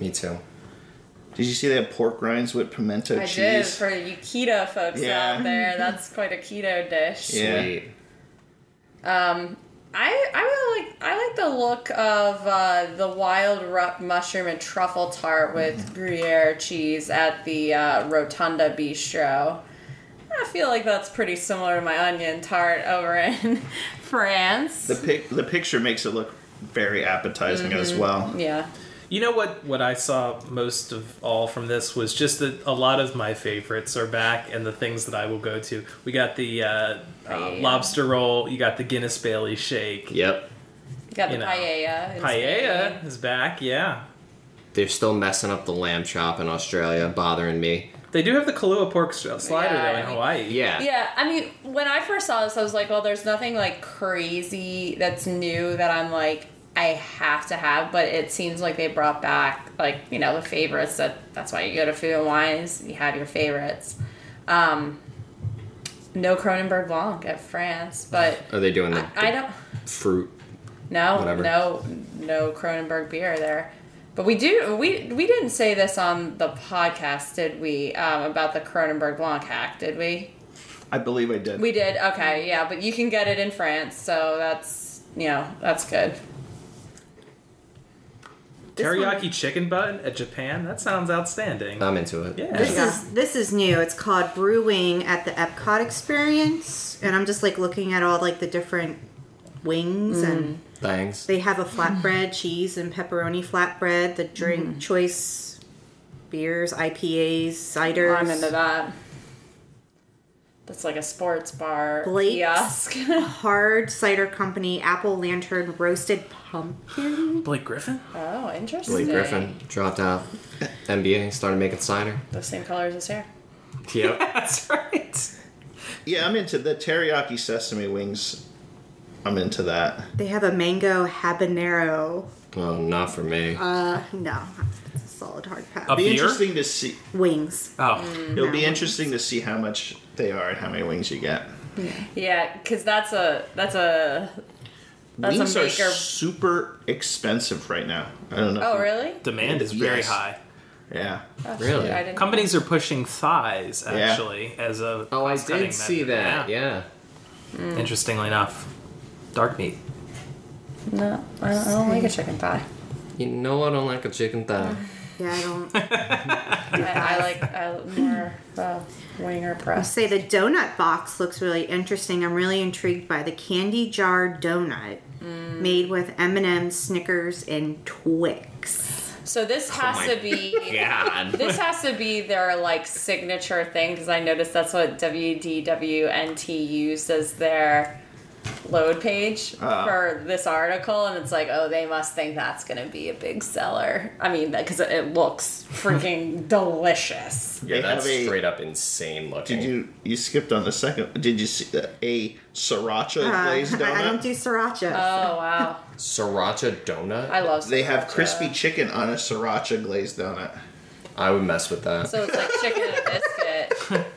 Speaker 5: Me too.
Speaker 3: Did you see they have pork rinds with pimento
Speaker 1: I
Speaker 3: cheese?
Speaker 1: did for you keto folks
Speaker 3: Yeah.
Speaker 1: out there. That's quite a keto dish.
Speaker 3: Yeah.
Speaker 5: Sweet.
Speaker 1: I I really like I like the look of uh, the wild rup mushroom and truffle tart
Speaker 3: Mm-hmm.
Speaker 1: with Gruyere cheese at the uh, Rotunda Bistro. I feel like that's pretty similar to my onion tart over in France.
Speaker 3: The pic the picture makes it look very appetizing
Speaker 1: Mm-hmm.
Speaker 3: as well.
Speaker 1: yeah.
Speaker 4: You know what? What I saw most of all from this was just that a lot of my favorites are back, and the things that I will go to. We got the uh, uh,
Speaker 1: Paella.
Speaker 4: lobster roll. You got the Guinness Bailey shake.
Speaker 5: Yep.
Speaker 1: Got the
Speaker 4: You know,
Speaker 1: paella. in Spain.
Speaker 4: Paella is back. Yeah,
Speaker 5: They're still messing up the lamb chop in Australia, bothering me.
Speaker 4: they do have the Kahlua pork slider
Speaker 1: Yeah,
Speaker 4: though
Speaker 1: I
Speaker 4: in
Speaker 1: mean-
Speaker 4: Hawaii.
Speaker 5: Yeah.
Speaker 1: Yeah, I mean, when I first saw this, I was like, well, there's nothing like crazy that's new that I'm like, I have to have, but it seems like they brought back like, you know, the favorites that that's why you go to food and wines, you have your favorites. Um no Cronenberg Blanc at France, but
Speaker 5: Are they doing the,
Speaker 1: I don't
Speaker 5: the fruit?
Speaker 1: no,
Speaker 5: Whatever.
Speaker 1: no, no Cronenberg beer there. But we do. We we didn't say this on the podcast, did we? Um, about the Cronenberg Blanc hack, did we?
Speaker 3: I believe I did.
Speaker 1: We did. Okay, yeah, but you can get it in France, so that's you know that's good.
Speaker 4: Teriyaki chicken bun at Japan. That sounds outstanding.
Speaker 5: I'm into it.
Speaker 4: yeah.
Speaker 2: This is this is new. It's called Brewing at the Epcot Experience, and I'm just like looking at all like the different wings,
Speaker 4: Mm.
Speaker 2: and
Speaker 5: Thanks.
Speaker 2: they have a flatbread, cheese and pepperoni flatbread, the drink
Speaker 4: Mm.
Speaker 2: choice beers, IPAs, ciders.
Speaker 1: I'm into that.
Speaker 6: That's like a sports bar
Speaker 2: Blake's
Speaker 6: kiosk.
Speaker 2: Hard Cider Company Apple Lantern Roasted Pumpkin.
Speaker 4: Blake Griffin?
Speaker 6: oh, interesting.
Speaker 5: Blake Griffin dropped out, MBA, started making cider.
Speaker 6: The same colors as hair.
Speaker 5: Yep.
Speaker 4: That's right.
Speaker 3: Yeah, I'm into the teriyaki sesame wings. I'm into that.
Speaker 2: They have a mango habanero.
Speaker 5: well, Oh, not for me.
Speaker 2: Uh, no, it's a solid hard pass.
Speaker 4: A
Speaker 3: Be
Speaker 4: beer?
Speaker 3: interesting to see.
Speaker 2: Wings.
Speaker 4: Oh,
Speaker 1: Mm.
Speaker 3: It'll be interesting to see how much they are and how many wings you get.
Speaker 6: Yeah, because that's a that's a That's a
Speaker 3: wings are
Speaker 6: maker-
Speaker 3: super expensive right now. I don't know.
Speaker 6: oh really?
Speaker 4: demand is very
Speaker 3: Yes.
Speaker 4: high.
Speaker 3: Yeah.
Speaker 6: Oh,
Speaker 5: Really?
Speaker 6: shoot, I didn't
Speaker 4: Companies are pushing thighs
Speaker 3: Yeah.
Speaker 4: actually as a
Speaker 5: oh, I
Speaker 4: cost-cutting
Speaker 5: did see
Speaker 4: measure.
Speaker 5: that. Yeah.
Speaker 4: Mm. Interestingly enough, dark meat.
Speaker 6: No, I don't, I don't like a chicken thigh.
Speaker 5: You know I don't like a chicken thigh.
Speaker 2: Yeah, I don't I
Speaker 6: I, I like I like more uh, wing or press.
Speaker 2: say the donut box looks really interesting. I'm really intrigued by the candy jar donut made with M&M's, Snickers, and Twix.
Speaker 6: So this has
Speaker 5: my
Speaker 6: to be
Speaker 5: God.
Speaker 6: this has to be their like signature thing because I noticed that's what WDWNT used as their load page
Speaker 3: Ah.
Speaker 6: for this article, and it's like, oh, they must think that's going to be a big seller. I mean, because it, it looks freaking delicious.
Speaker 5: Yeah,
Speaker 3: They
Speaker 5: that's
Speaker 3: have a-
Speaker 5: straight up insane looking.
Speaker 3: Did you you skipped on the second? Did you see uh, a sriracha
Speaker 2: Uh,
Speaker 3: glazed donut?
Speaker 2: I don't do sriracha.
Speaker 6: Oh wow,
Speaker 5: Sriracha donut?
Speaker 6: I love.
Speaker 3: they have
Speaker 6: sriracha.
Speaker 3: crispy chicken on a sriracha glazed donut.
Speaker 5: I would mess with that.
Speaker 6: So it's like chicken and a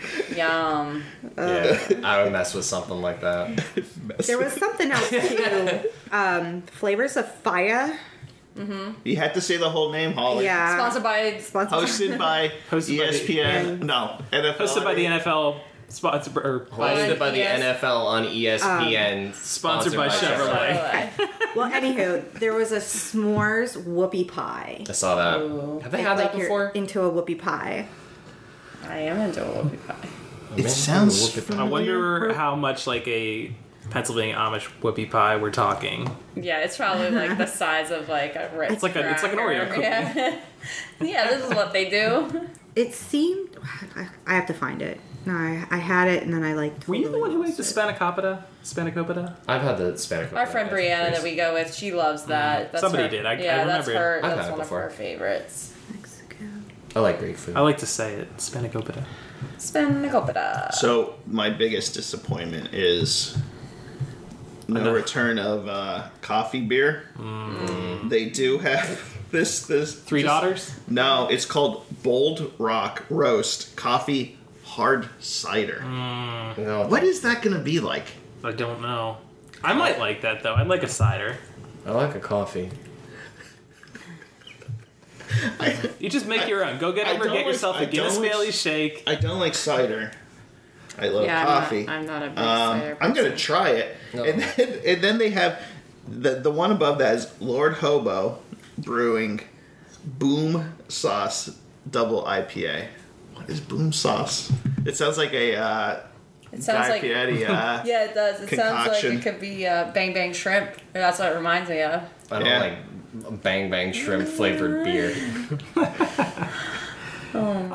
Speaker 6: biscuit. Yum.
Speaker 5: yeah, I would mess with something like that.
Speaker 2: there was something else too. um, flavors of fire.
Speaker 3: You had to say the whole name, Holly.
Speaker 2: Yeah.
Speaker 6: Sponsored by
Speaker 2: Sponsored-
Speaker 3: Hosted by E
Speaker 4: Hosted by the-
Speaker 3: ESPN. no, NFL.
Speaker 4: Hosted by the NFL, sponsored by, or by,
Speaker 5: Hosted by the
Speaker 6: ES
Speaker 5: NFL on E ESPN.
Speaker 4: sponsored by Chevrolet.
Speaker 2: Well, anywho, there was a s'mores whoopie pie.
Speaker 5: I saw that. Have they
Speaker 2: Like,
Speaker 5: had that
Speaker 2: like you're
Speaker 5: before?
Speaker 2: Into a whoopie pie.
Speaker 6: I am into a whoopie pie.
Speaker 3: It sounds.
Speaker 5: Look at
Speaker 4: I
Speaker 5: that.
Speaker 4: wonder how much like a Pennsylvania Amish whoopie pie we're talking.
Speaker 6: Yeah, it's probably like the size of like a Ritz.
Speaker 4: It's like a- it's like an
Speaker 6: cracker.
Speaker 4: Oreo cookie.
Speaker 6: Yeah. yeah, this is what they do.
Speaker 2: It seemed. I- I have to find it. No, I, I had it and then I like.
Speaker 4: Were you the
Speaker 2: totally
Speaker 4: one who ate
Speaker 2: lost
Speaker 4: the
Speaker 2: it.
Speaker 4: spanakopita? Spanakopita?
Speaker 5: I've had the Hispanic.
Speaker 6: Our friend Brianna that we go with, she loves that. That's
Speaker 4: Mm. Somebody
Speaker 6: her,
Speaker 4: did. I- I
Speaker 6: yeah, that's
Speaker 4: remember.
Speaker 6: her.
Speaker 5: I've had
Speaker 6: That's
Speaker 5: it
Speaker 6: one of
Speaker 5: before.
Speaker 6: her favorites.
Speaker 2: Mexico.
Speaker 5: I like Greek
Speaker 3: Oh.
Speaker 5: food.
Speaker 4: I like to say it, spanakopita.
Speaker 6: Spanakopita.
Speaker 3: So my biggest disappointment is no
Speaker 4: Another-
Speaker 3: return of uh, coffee beer. They do have this this
Speaker 4: Three daughters.
Speaker 3: No, it's called Bold Rock Roast Coffee Hard Cider.
Speaker 5: No,
Speaker 3: What is that going to be like?
Speaker 4: I don't know. I might like that though. I'd like a cider.
Speaker 5: I like a coffee.
Speaker 3: I,
Speaker 4: You just make your own. Go get
Speaker 3: I
Speaker 4: over,
Speaker 3: don't
Speaker 4: get
Speaker 3: like-
Speaker 4: yourself
Speaker 3: I
Speaker 4: a Guinness
Speaker 3: don't like-
Speaker 4: Bailey shake.
Speaker 3: I don't like cider. I love
Speaker 6: yeah,
Speaker 3: coffee.
Speaker 6: I'm not, I'm not a big
Speaker 3: Um,
Speaker 6: cider
Speaker 3: I'm
Speaker 6: person.
Speaker 3: gonna try it,
Speaker 5: No.
Speaker 3: and then and then they have the the one above that is Lord Hobo Brewing Boom Sauce Double IPA. What is Boom Sauce? It sounds like a uh,
Speaker 6: It sounds
Speaker 3: Guy
Speaker 6: like.
Speaker 3: Fieri. Uh,
Speaker 6: Yeah, it does. It sounds like
Speaker 3: Concoction.
Speaker 6: it could be uh, bang bang shrimp. That's what it reminds me of.
Speaker 5: I don't
Speaker 3: Yeah.
Speaker 5: like bang bang shrimp flavored beer.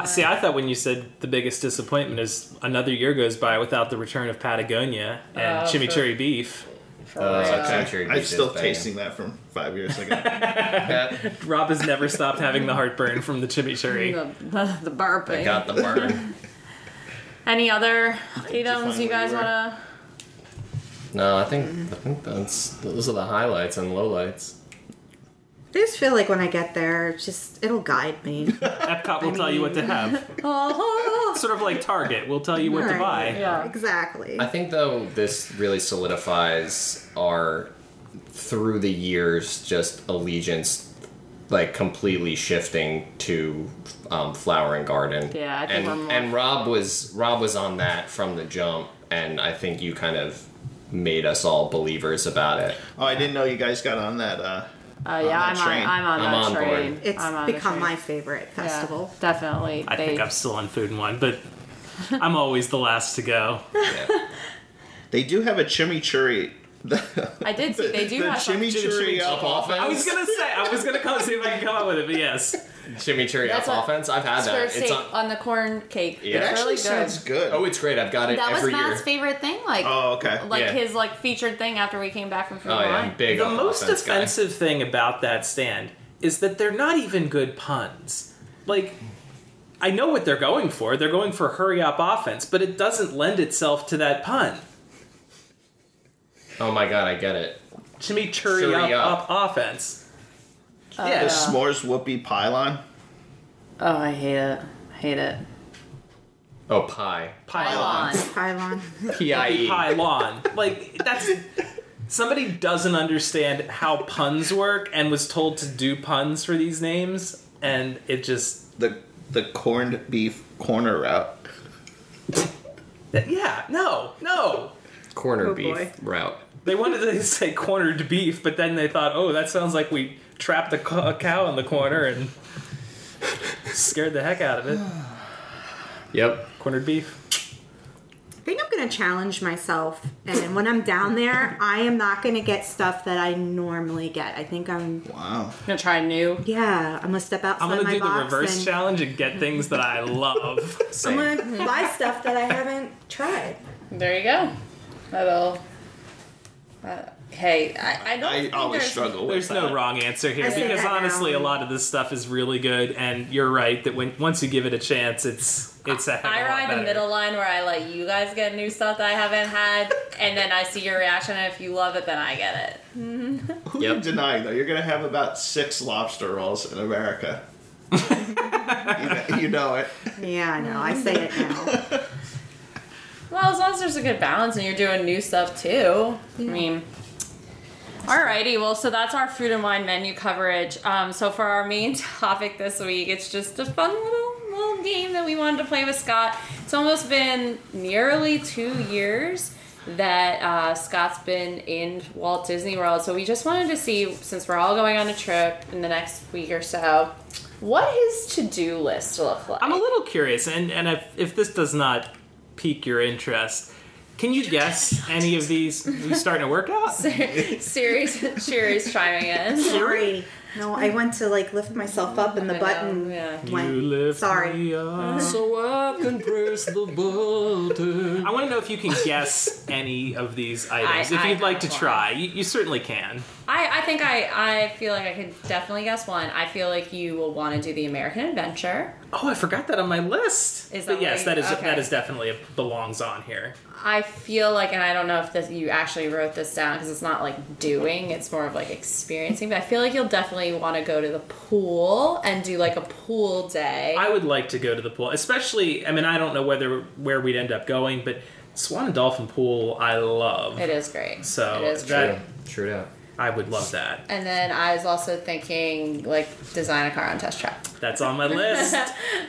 Speaker 4: See, I thought when you said the biggest disappointment is another year goes by without the return of Patagonia and
Speaker 6: Oh,
Speaker 4: chimichurri beef.
Speaker 6: For
Speaker 5: Uh,
Speaker 6: real.
Speaker 5: okay.
Speaker 3: I,
Speaker 5: I'm sure it'd be
Speaker 3: I'm still
Speaker 5: just banging.
Speaker 3: tasting that from five years ago.
Speaker 5: Got
Speaker 4: Rob has never stopped having the heartburn from the chimichurri.
Speaker 6: The, the, the burping.
Speaker 5: got the burn.
Speaker 6: Any other Uh,
Speaker 3: find
Speaker 6: items you
Speaker 3: where
Speaker 6: guys
Speaker 3: you were?
Speaker 6: want to?
Speaker 5: No, I think I think that's those are the highlights and lowlights.
Speaker 2: I just feel like when I get there, it's just it'll guide me.
Speaker 4: Epcot will tell you what to have.
Speaker 6: Oh,
Speaker 4: Sort of like Target. We'll tell you what to
Speaker 2: Right.
Speaker 4: buy.
Speaker 6: yeah.
Speaker 2: exactly.
Speaker 5: I think though this really solidifies our through the years just allegiance like completely shifting to um, flower and garden.
Speaker 6: Yeah, I think
Speaker 5: and
Speaker 6: we're more-
Speaker 5: and Rob was Rob was on that from the jump, and I think you kind of made us all believers about it.
Speaker 3: Oh, I didn't know you guys got on that. Uh,
Speaker 6: Uh, yeah,
Speaker 3: that
Speaker 6: I'm on,
Speaker 3: train.
Speaker 6: I'm on
Speaker 5: I'm
Speaker 6: that
Speaker 5: on board.
Speaker 6: train.
Speaker 2: It's
Speaker 6: I'm on the
Speaker 2: become
Speaker 6: train.
Speaker 2: my favorite
Speaker 6: Yeah,
Speaker 2: festival.
Speaker 6: definitely.
Speaker 4: I
Speaker 6: they,
Speaker 4: think I'm still on food and wine, but I'm always the last to go.
Speaker 5: Yeah.
Speaker 3: they do have a chimichurri. The,
Speaker 6: I did see they do
Speaker 3: the
Speaker 6: have some-
Speaker 3: chimichurri
Speaker 5: Up
Speaker 3: up
Speaker 5: offense.
Speaker 4: I was gonna say I was gonna come see if I can come up with it, but yes,
Speaker 5: Chimichurri
Speaker 6: That's
Speaker 5: up
Speaker 6: what-
Speaker 5: offense. I've had
Speaker 6: Square
Speaker 5: that. It's
Speaker 6: steak
Speaker 5: on,
Speaker 6: on, the corn cake.
Speaker 5: Yeah.
Speaker 6: It's
Speaker 5: It
Speaker 3: actually
Speaker 6: really good.
Speaker 3: sounds good.
Speaker 5: oh, it's great. I've got it
Speaker 6: That was
Speaker 5: every year.
Speaker 6: Matt's favorite thing. Like,
Speaker 3: Oh, okay.
Speaker 6: like
Speaker 5: Yeah.
Speaker 6: his like featured thing after we came back from food
Speaker 5: oh yeah,
Speaker 6: line.
Speaker 5: I'm big
Speaker 4: the
Speaker 5: on
Speaker 4: most
Speaker 5: offense guy.
Speaker 4: offensive thing about that stand is that they're not even good puns. Like, I know what they're going for. They're going for hurry up offense, but it doesn't lend itself to that pun.
Speaker 5: Oh my god, I get it.
Speaker 4: Chimichurri
Speaker 5: Churri
Speaker 4: up,
Speaker 5: up.
Speaker 4: up. offense.
Speaker 3: The
Speaker 4: yeah.
Speaker 3: s'mores whoopee pylon.
Speaker 6: Oh, I hate it. Hate it.
Speaker 5: Oh pie,
Speaker 4: Pylon.
Speaker 2: Pylon.
Speaker 5: P I E.
Speaker 4: Pylon. Like, that's. Somebody doesn't understand how puns work and was told to do puns for these names, and it just.
Speaker 3: The the corned beef corner route.
Speaker 4: Yeah, no, no.
Speaker 5: corner
Speaker 2: Oh,
Speaker 5: beef
Speaker 2: boy.
Speaker 5: route.
Speaker 4: They wanted to say cornered beef, but then they thought, oh, that sounds like we trapped a, co- a cow in the corner and scared the heck out of it.
Speaker 5: Yep.
Speaker 4: Cornered beef.
Speaker 2: I think I'm gonna challenge myself, and when I'm down there, I am not gonna get stuff that I normally get. I think I'm,
Speaker 3: Wow.
Speaker 6: I'm gonna try new.
Speaker 2: yeah, I'm gonna step outside
Speaker 4: I'm gonna
Speaker 2: my
Speaker 4: do the
Speaker 2: box
Speaker 4: reverse
Speaker 2: and
Speaker 4: challenge and get things that I love.
Speaker 2: I'm
Speaker 5: Same.
Speaker 2: gonna buy stuff that I haven't tried.
Speaker 6: There you go. That'll. Uh, hey, I, I don't.
Speaker 3: I
Speaker 6: think
Speaker 3: always
Speaker 6: there's-
Speaker 3: struggle with
Speaker 4: There's no
Speaker 3: that.
Speaker 4: wrong answer
Speaker 2: I
Speaker 4: here
Speaker 2: say
Speaker 4: because
Speaker 2: that now.
Speaker 4: honestly, a lot of this stuff is really good, and you're right that when once you give it a chance, it's it's a heck of
Speaker 6: I
Speaker 4: a lot
Speaker 6: ride the
Speaker 4: better.
Speaker 6: middle line where I let you guys get new stuff that I haven't had, and then I see your reaction, and if you love it, then I get it.
Speaker 3: Who are you
Speaker 5: Yep.
Speaker 3: denying though? You're gonna have about six lobster rolls in America. you, know, you know it.
Speaker 2: Yeah, I know. I say it now.
Speaker 6: Well, as long as there's a good balance and you're doing new stuff too. I mean, alrighty. Well, so that's our food and wine menu coverage. Um, so for our main topic this week, it's just a fun little little game that we wanted to play with Scott. It's almost been nearly two years that uh, Scott's been in Walt Disney World. So we just wanted to see, since we're all going on a trip in the next week or so, what his to do list look like.
Speaker 4: I'm a little curious, and and if, if this does not pique your interest, can you guess any of these? You starting to work out?
Speaker 6: Series, Sherry's chiming in.
Speaker 2: Sorry. No, I went to like lift myself up, and the
Speaker 6: I know,
Speaker 2: button
Speaker 6: yeah.
Speaker 2: went.
Speaker 4: You lift
Speaker 2: Sorry.
Speaker 4: me up.
Speaker 5: So I can press the button.
Speaker 4: I want to know if you can guess any of these items.
Speaker 6: I-
Speaker 4: if
Speaker 6: I
Speaker 4: you'd like to
Speaker 6: have one.
Speaker 4: try, you, you certainly can.
Speaker 6: I, I think I, I feel like I could definitely guess one. I feel like you will want to do the American Adventure.
Speaker 4: Oh, I forgot that on my list.
Speaker 6: Is that
Speaker 4: but yes,
Speaker 6: what
Speaker 4: that
Speaker 6: you-
Speaker 4: is
Speaker 6: okay.
Speaker 4: that is definitely a, belongs on here.
Speaker 6: I feel like, and I don't know if this, you actually wrote this down because it's not like doing; it's more of like experiencing. But I feel like you'll definitely want to go to the pool and do like a pool day.
Speaker 4: I would like to go to the pool, especially. I mean, I don't know whether where we'd end up going, but Swan and Dolphin Pool, I love.
Speaker 6: it is great.
Speaker 4: So
Speaker 6: it is
Speaker 4: that-
Speaker 6: great.
Speaker 5: True that.
Speaker 4: I would love that.
Speaker 6: And then I was also thinking like design a car on test track.
Speaker 4: That's on my list.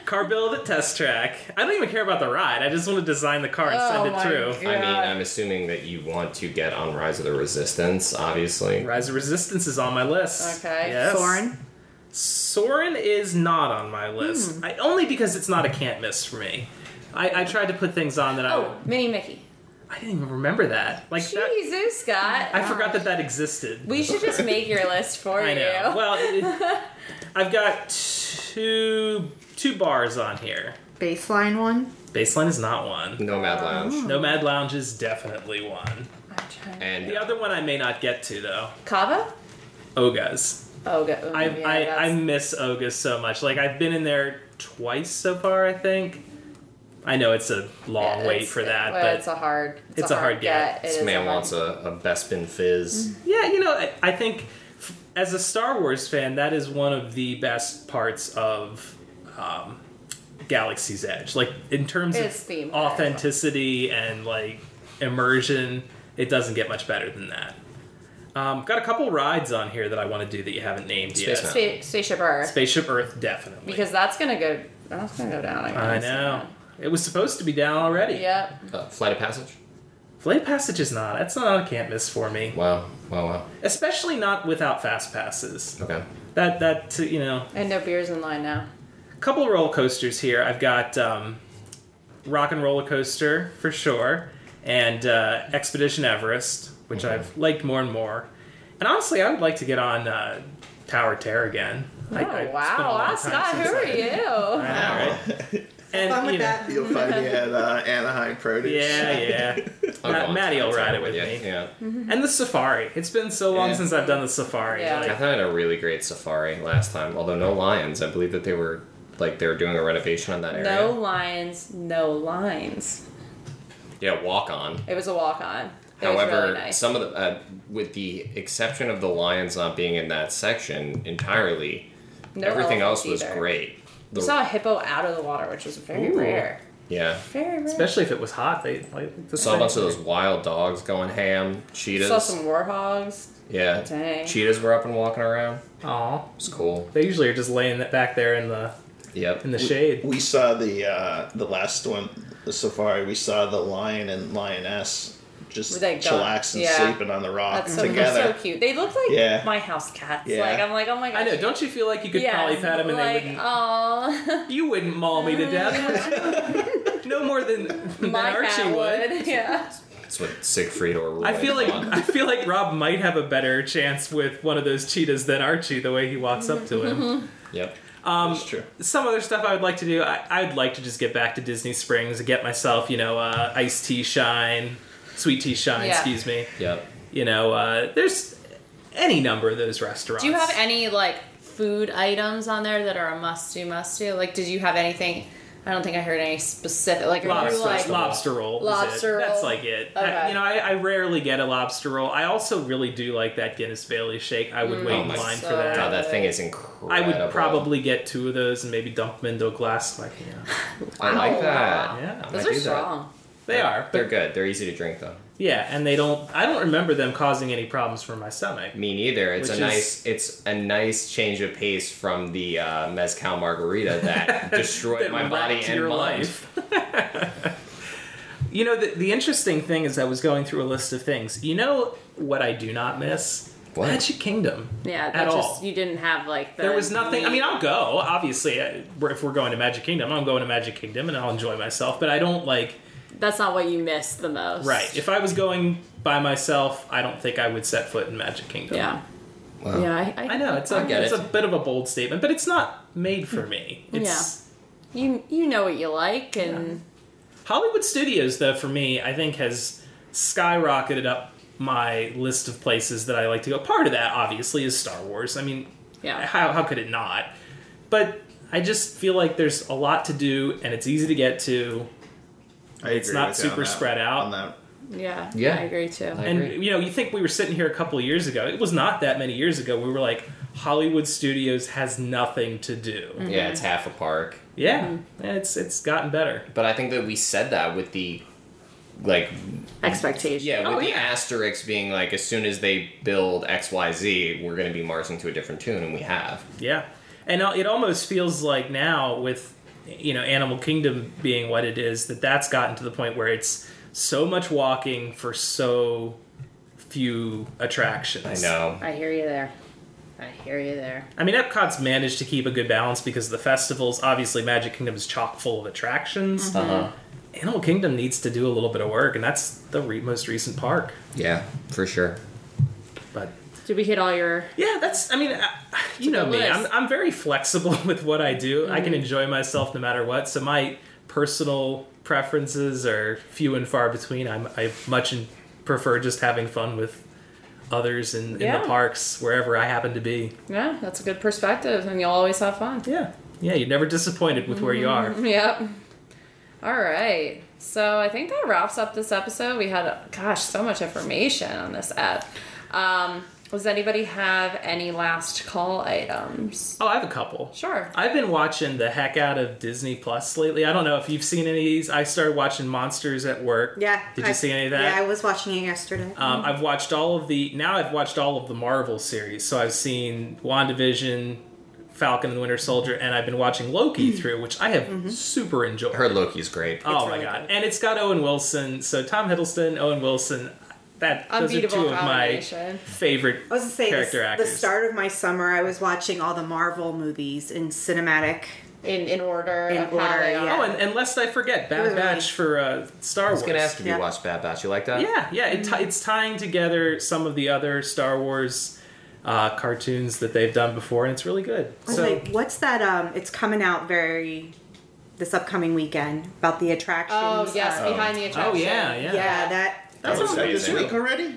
Speaker 4: car build at test track. I don't even care about the ride. I just want to design the car and
Speaker 6: Oh
Speaker 4: send
Speaker 6: my
Speaker 4: it through.
Speaker 6: God.
Speaker 5: I mean, I'm assuming that you want to get on Rise of the Resistance, obviously.
Speaker 4: Rise of Resistance is on my list.
Speaker 6: Okay.
Speaker 4: Yes.
Speaker 2: Soren.
Speaker 4: Soren is not on my list.
Speaker 6: Hmm.
Speaker 4: I, only because it's not a can't miss for me. I, I tried to put things on that
Speaker 6: Oh, Minnie Mickey.
Speaker 4: I I didn't even remember that. Like that,
Speaker 6: Jesus, Scott.
Speaker 4: I forgot that that existed.
Speaker 6: We should just make your list for
Speaker 4: I
Speaker 6: you.
Speaker 4: know. Well, it, I've got two two bars on here.
Speaker 2: Baseline one.
Speaker 4: Baseline is not one.
Speaker 5: Nomad Lounge.
Speaker 4: Nomad Lounge is definitely one.
Speaker 6: I'm trying-
Speaker 5: And
Speaker 4: The other one I may not get to though.
Speaker 6: Kava?
Speaker 4: Ogas.
Speaker 6: Oh, good.
Speaker 4: I,
Speaker 6: Yeah,
Speaker 4: I, I
Speaker 6: that's-
Speaker 4: miss Oga so much. Like I've been in there twice so far. I think. I know it's a long
Speaker 6: yeah,
Speaker 4: wait
Speaker 6: it's-
Speaker 4: for that,
Speaker 6: well,
Speaker 4: but
Speaker 6: it's a hard.
Speaker 4: it's a hard get.
Speaker 6: It
Speaker 5: this
Speaker 6: is a
Speaker 5: man
Speaker 6: hard-
Speaker 5: wants a, a Bespin fizz.
Speaker 4: yeah, you know, I, I think f- as a Star Wars fan, that is one of the best parts of um, Galaxy's Edge. Like in terms
Speaker 6: It's
Speaker 4: of
Speaker 6: theme park.
Speaker 4: authenticity and like immersion, it doesn't get much better than that. Um, got a couple rides on here that I want to do that you haven't named
Speaker 5: Space
Speaker 4: yet.
Speaker 5: Mountain.
Speaker 6: Spa- Spaceship Earth.
Speaker 4: Spaceship Earth, definitely.
Speaker 6: because that's gonna go. That's gonna go down.
Speaker 4: I
Speaker 6: guess.
Speaker 4: know. It was supposed to be down already.
Speaker 6: Yep.
Speaker 4: Mm-hmm.
Speaker 5: Uh, Flight of Passage?
Speaker 4: Flight Passage is not. That's not on can't miss for me.
Speaker 5: Wow. Wow, wow.
Speaker 4: Especially not without fast passes.
Speaker 5: Okay.
Speaker 4: That that you know,
Speaker 6: And no beers in line now.
Speaker 4: a couple of roller coasters here. I've got um, Rock and Roller Coaster for sure, and uh, Expedition Everest, which I've liked more and more. And honestly, I would like to get on uh, Tower of Terror again. I- I-
Speaker 6: Oh,
Speaker 4: it's been a
Speaker 6: wow,
Speaker 4: long
Speaker 6: wow,
Speaker 4: time
Speaker 6: Scott,
Speaker 4: since
Speaker 6: who are
Speaker 4: I-
Speaker 6: you?
Speaker 4: I know, right? And,
Speaker 2: Fun with
Speaker 4: you know,
Speaker 2: that.
Speaker 3: You'll find me at uh, Anaheim Produce.
Speaker 4: Yeah, yeah.
Speaker 5: I'll go
Speaker 4: Matt,
Speaker 5: on
Speaker 4: Maddie will
Speaker 5: Saturday
Speaker 4: ride it with me. Mm-hmm.
Speaker 5: you. Yeah.
Speaker 4: And the safari. It's been so long
Speaker 3: Yeah.
Speaker 4: since I've done the safari.
Speaker 5: I
Speaker 6: Yeah.
Speaker 4: Like,
Speaker 5: thought I had a really great safari last time, although no lions. I believe that they were like they were doing a renovation on that area.
Speaker 6: No lions, no lines.
Speaker 5: Yeah, walk on.
Speaker 6: It was a walk on. It
Speaker 5: However,
Speaker 6: was really nice.
Speaker 5: some of the, uh, with the exception of the lions not being in that section entirely,
Speaker 6: No
Speaker 5: everything else was
Speaker 6: elephants either.
Speaker 5: great. The-
Speaker 6: We saw a hippo out of the water, which was very
Speaker 4: Ooh.
Speaker 6: rare.
Speaker 5: yeah,
Speaker 6: Very rare.
Speaker 4: especially if it was hot, they like the
Speaker 5: saw a bunch of those wild dogs going ham. Cheetahs,
Speaker 6: saw some warthogs.
Speaker 5: yeah,
Speaker 6: Dang.
Speaker 5: cheetahs were up and walking around.
Speaker 4: Aw,
Speaker 5: It was cool.
Speaker 4: they usually are just laying that back there in the
Speaker 5: Yep.
Speaker 4: in the shade.
Speaker 3: We saw the uh, the last one, the safari. We saw the lion and lioness just
Speaker 6: Were they gone?
Speaker 3: chillaxing,
Speaker 6: Yeah.
Speaker 3: sleeping on the rock
Speaker 6: That's so, they're
Speaker 3: together.
Speaker 6: so cute. They look like
Speaker 3: Yeah.
Speaker 6: my house cats.
Speaker 3: Yeah.
Speaker 6: Like I'm like, oh my gosh.
Speaker 4: I know. Don't you feel like you could
Speaker 6: Yes,
Speaker 4: probably pat them and
Speaker 6: like,
Speaker 4: they wouldn't?
Speaker 6: Aw.
Speaker 4: You wouldn't maul me to death. no more than, than
Speaker 6: my
Speaker 4: Archie
Speaker 6: cat
Speaker 4: would.
Speaker 6: would. Yeah.
Speaker 5: That's what Siegfried or
Speaker 4: I feel like
Speaker 5: Roy-
Speaker 4: I feel like Rob might have a better chance with one of those cheetahs than Archie, the way he walks up to
Speaker 6: Mm-hmm.
Speaker 4: him.
Speaker 5: Yep.
Speaker 4: Um,
Speaker 3: That's true.
Speaker 4: Some other stuff I would like to do. I, I'd like to just get back to Disney Springs and get myself, you know, uh, iced tea shine, sweet tea shine.
Speaker 6: Yeah.
Speaker 4: Excuse me.
Speaker 5: Yep.
Speaker 4: You know, uh, there's any number of those restaurants.
Speaker 6: Do you have any like food items on there that are a must do, must do? Like, did you have anything? I don't think I heard any specific. Like, are
Speaker 4: lobster,
Speaker 6: you like
Speaker 4: lobster roll. is it.
Speaker 6: Lobster
Speaker 4: That's
Speaker 6: roll.
Speaker 4: like it.
Speaker 6: Okay.
Speaker 4: I- you know, I, I rarely get a lobster roll. I also really do like that Guinness Bailey shake. I would wait
Speaker 5: Oh
Speaker 4: in
Speaker 5: my
Speaker 4: line for
Speaker 6: God,
Speaker 4: that.
Speaker 5: God, that thing is incredible.
Speaker 4: I would probably get two of those and maybe dump them into a glass. Like, you know.
Speaker 5: I like that.
Speaker 4: Yeah.
Speaker 5: I
Speaker 6: Those are
Speaker 5: do that.
Speaker 6: strong.
Speaker 4: they are.
Speaker 5: They're
Speaker 4: But
Speaker 5: good. They're easy to drink though.
Speaker 4: yeah, and they don't. I don't remember them causing any problems for my stomach.
Speaker 5: Me neither. It's
Speaker 4: Which
Speaker 5: a
Speaker 4: is-
Speaker 5: nice it's a nice change of pace from the uh, mezcal margarita that destroyed
Speaker 4: That
Speaker 5: my
Speaker 4: wrecked
Speaker 5: body and
Speaker 4: your
Speaker 5: mind.
Speaker 4: you know, the, the interesting thing is I was going through a list of things. You know what I do not miss?
Speaker 5: What?
Speaker 4: Magic Kingdom.
Speaker 6: Yeah. That
Speaker 4: at
Speaker 6: just
Speaker 4: all.
Speaker 6: you didn't have like. The
Speaker 4: There was nothing. I mean,
Speaker 6: meat.
Speaker 4: I'll go. Obviously, I- if we're going to Magic Kingdom, I'm going to Magic Kingdom and I'll enjoy myself. But I don't like.
Speaker 6: that's not what you missed the most.
Speaker 4: Right. If I was going by myself, I don't think I would set foot in Magic Kingdom.
Speaker 6: yeah.
Speaker 5: Wow.
Speaker 6: Yeah. I, I,
Speaker 4: I know it's a
Speaker 5: I get
Speaker 4: it's
Speaker 5: it.
Speaker 4: a bit of a bold statement, but it's not made for me. It's
Speaker 6: You you know what you like and
Speaker 4: Hollywood Studios though for me, I think has skyrocketed up my list of places that I like to go. Part of that obviously is Star Wars. I mean,
Speaker 6: yeah.
Speaker 4: how how could it not? But I just feel like there's a lot to do and it's easy to get to.
Speaker 3: I
Speaker 4: It's
Speaker 3: agree
Speaker 4: not
Speaker 3: with you on
Speaker 4: super
Speaker 3: that-
Speaker 4: spread out.
Speaker 3: On that.
Speaker 6: Yeah.
Speaker 5: Yeah.
Speaker 6: I agree too.
Speaker 5: I
Speaker 4: and
Speaker 5: agree.
Speaker 4: you know, you think we were sitting here a couple of years ago. It was not that many years ago. We were like Hollywood Studios has nothing to do.
Speaker 5: yeah, it's half a park.
Speaker 4: Yeah, it's it's gotten better.
Speaker 5: But I think that we said that with the like
Speaker 6: Expectation.
Speaker 5: yeah,
Speaker 4: Oh,
Speaker 5: with the
Speaker 4: yeah.
Speaker 5: asterisk being like as soon as they build XYZ, we're gonna be marching to a different tune and we have.
Speaker 4: Yeah, and uh, it almost feels like now with you know Animal Kingdom being what it is that that's gotten to the point where it's so much walking for so few
Speaker 5: I
Speaker 4: attractions.
Speaker 5: know.
Speaker 6: I hear you there. I hear you there.
Speaker 4: I mean, Epcot's managed to keep a good balance because of the festivals. Obviously, Magic Kingdom is chock full of attractions.
Speaker 5: Uh-huh.
Speaker 4: Animal Kingdom needs to do a little bit of work, and that's the re- most recent park.
Speaker 5: Yeah, for sure.
Speaker 4: But
Speaker 6: Did we hit all your
Speaker 4: yeah, that's. I mean, I, you know
Speaker 6: good
Speaker 4: me.
Speaker 6: list.
Speaker 4: I'm I'm very flexible with what I do. I can enjoy myself no matter what. So my personal preferences are few and far between. I'm, I much in, prefer just having fun with others in, in
Speaker 6: Yeah.
Speaker 4: the parks wherever I happen to be.
Speaker 6: Yeah, that's a good perspective and you'll always have fun.
Speaker 4: Yeah, yeah. You're never disappointed with where you are.
Speaker 6: Yep. All right. So I think that wraps up this episode. We had, gosh, so much information on this app. Um, does anybody have any last call items?
Speaker 4: Oh, I have a couple.
Speaker 6: Sure.
Speaker 4: I've been watching the heck out of Disney Plus lately. I don't know if you've seen any of these. I started watching Monsters at Work.
Speaker 2: Yeah.
Speaker 4: Did you
Speaker 2: I-
Speaker 4: see any of that?
Speaker 2: Yeah, I was watching it yesterday.
Speaker 4: Um,
Speaker 6: Mm-hmm.
Speaker 4: I've watched all of the now I've watched all of the Marvel series. So I've seen WandaVision, Falcon and the Winter Soldier, and I've been watching Loki
Speaker 6: Mm.
Speaker 4: through, which I have super enjoyed.
Speaker 5: I heard Loki's great.
Speaker 4: oh my
Speaker 6: Mm-hmm. really
Speaker 4: god. And it's got Owen Wilson, so Tom Hiddleston, Owen Wilson, that those are two
Speaker 6: Unbeatable
Speaker 4: of my
Speaker 6: combination. Oh,
Speaker 4: favorite
Speaker 2: I was gonna say
Speaker 4: character
Speaker 2: the, the
Speaker 4: actors.
Speaker 2: start of my summer, I was watching all the Marvel movies in cinematic.
Speaker 6: In in order.
Speaker 2: In
Speaker 6: of how
Speaker 2: order,
Speaker 6: they are.
Speaker 2: yeah.
Speaker 4: Oh, and, and lest I forget, Bad
Speaker 2: Really?
Speaker 4: Batch for uh, Star
Speaker 5: I was
Speaker 4: Wars.
Speaker 5: gonna ask if you
Speaker 2: Yeah.
Speaker 6: Mm-hmm.
Speaker 5: watched Bad Batch. You like that?
Speaker 4: Yeah, yeah, it ti it's tying together some of the other Star Wars uh, cartoons that they've done before, and it's really good.
Speaker 6: Oh
Speaker 2: Wait,
Speaker 4: so Oh,
Speaker 2: wait, what's that? Um, it's coming out very this upcoming weekend about the attractions.
Speaker 6: Oh yes,
Speaker 2: uh,
Speaker 6: behind the
Speaker 4: oh
Speaker 6: attraction.
Speaker 4: yeah,
Speaker 2: yeah.
Speaker 4: yeah,
Speaker 2: that.
Speaker 5: That was
Speaker 3: Is that this
Speaker 5: amazing.
Speaker 3: week already?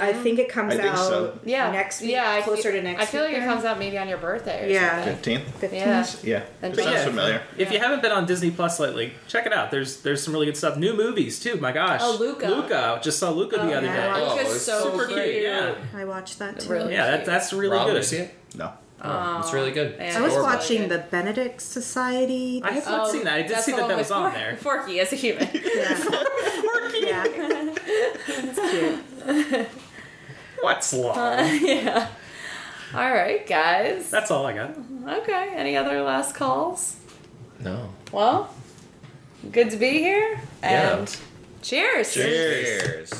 Speaker 2: I think it comes
Speaker 3: I think
Speaker 2: out
Speaker 3: so.
Speaker 6: Mm-hmm. Yeah.
Speaker 2: next week,
Speaker 6: Yeah, I
Speaker 2: closer
Speaker 6: feel,
Speaker 2: to next.
Speaker 6: I feel like it
Speaker 2: weekend.
Speaker 6: comes out maybe on your birthday. Or
Speaker 2: Yeah.
Speaker 6: Something.
Speaker 3: 15th?
Speaker 6: Yeah.
Speaker 2: 15th?
Speaker 3: Yeah.
Speaker 6: And
Speaker 3: It sounds
Speaker 4: yeah.
Speaker 3: familiar.
Speaker 4: If you haven't been on Disney Plus lately, check it out. There's there's some really good stuff. New movies too. My gosh.
Speaker 6: Oh, Luca.
Speaker 4: Luca. Just saw Luca the other
Speaker 2: yeah.
Speaker 4: day.
Speaker 5: Oh,
Speaker 6: Luca's
Speaker 5: it's
Speaker 6: so
Speaker 4: Super
Speaker 6: cute.
Speaker 4: cute. Yeah.
Speaker 2: I watched that too.
Speaker 6: Really?
Speaker 4: Yeah. That, that's really
Speaker 5: Rob,
Speaker 4: good.
Speaker 5: you see it?
Speaker 3: No.
Speaker 5: Oh, it's really good. It's
Speaker 2: I was
Speaker 6: Adorable.
Speaker 5: adorable.
Speaker 2: watching the Benedict Society.
Speaker 4: I have not
Speaker 6: Oh,
Speaker 4: seen that. I did
Speaker 6: that's
Speaker 4: see
Speaker 6: the
Speaker 4: that
Speaker 6: one
Speaker 4: that was
Speaker 6: with
Speaker 4: on
Speaker 6: Por-
Speaker 4: there.
Speaker 6: Forky as a human.
Speaker 2: Yeah. yeah. It's cute.
Speaker 4: What's long?
Speaker 6: yeah. All right, guys.
Speaker 4: That's all I got.
Speaker 6: Okay. Any other last calls?
Speaker 5: No.
Speaker 6: Well, good to be here.
Speaker 5: Yeah.
Speaker 6: And cheers.
Speaker 5: Cheers.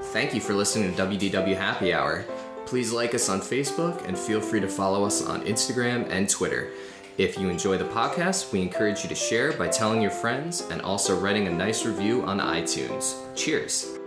Speaker 5: Thank you for listening to WDW Happy Hour. Please like us on Facebook and feel free to follow us on Instagram and Twitter. If you enjoy the podcast, we encourage you to share by telling your friends and also writing a nice review on iTunes. Cheers.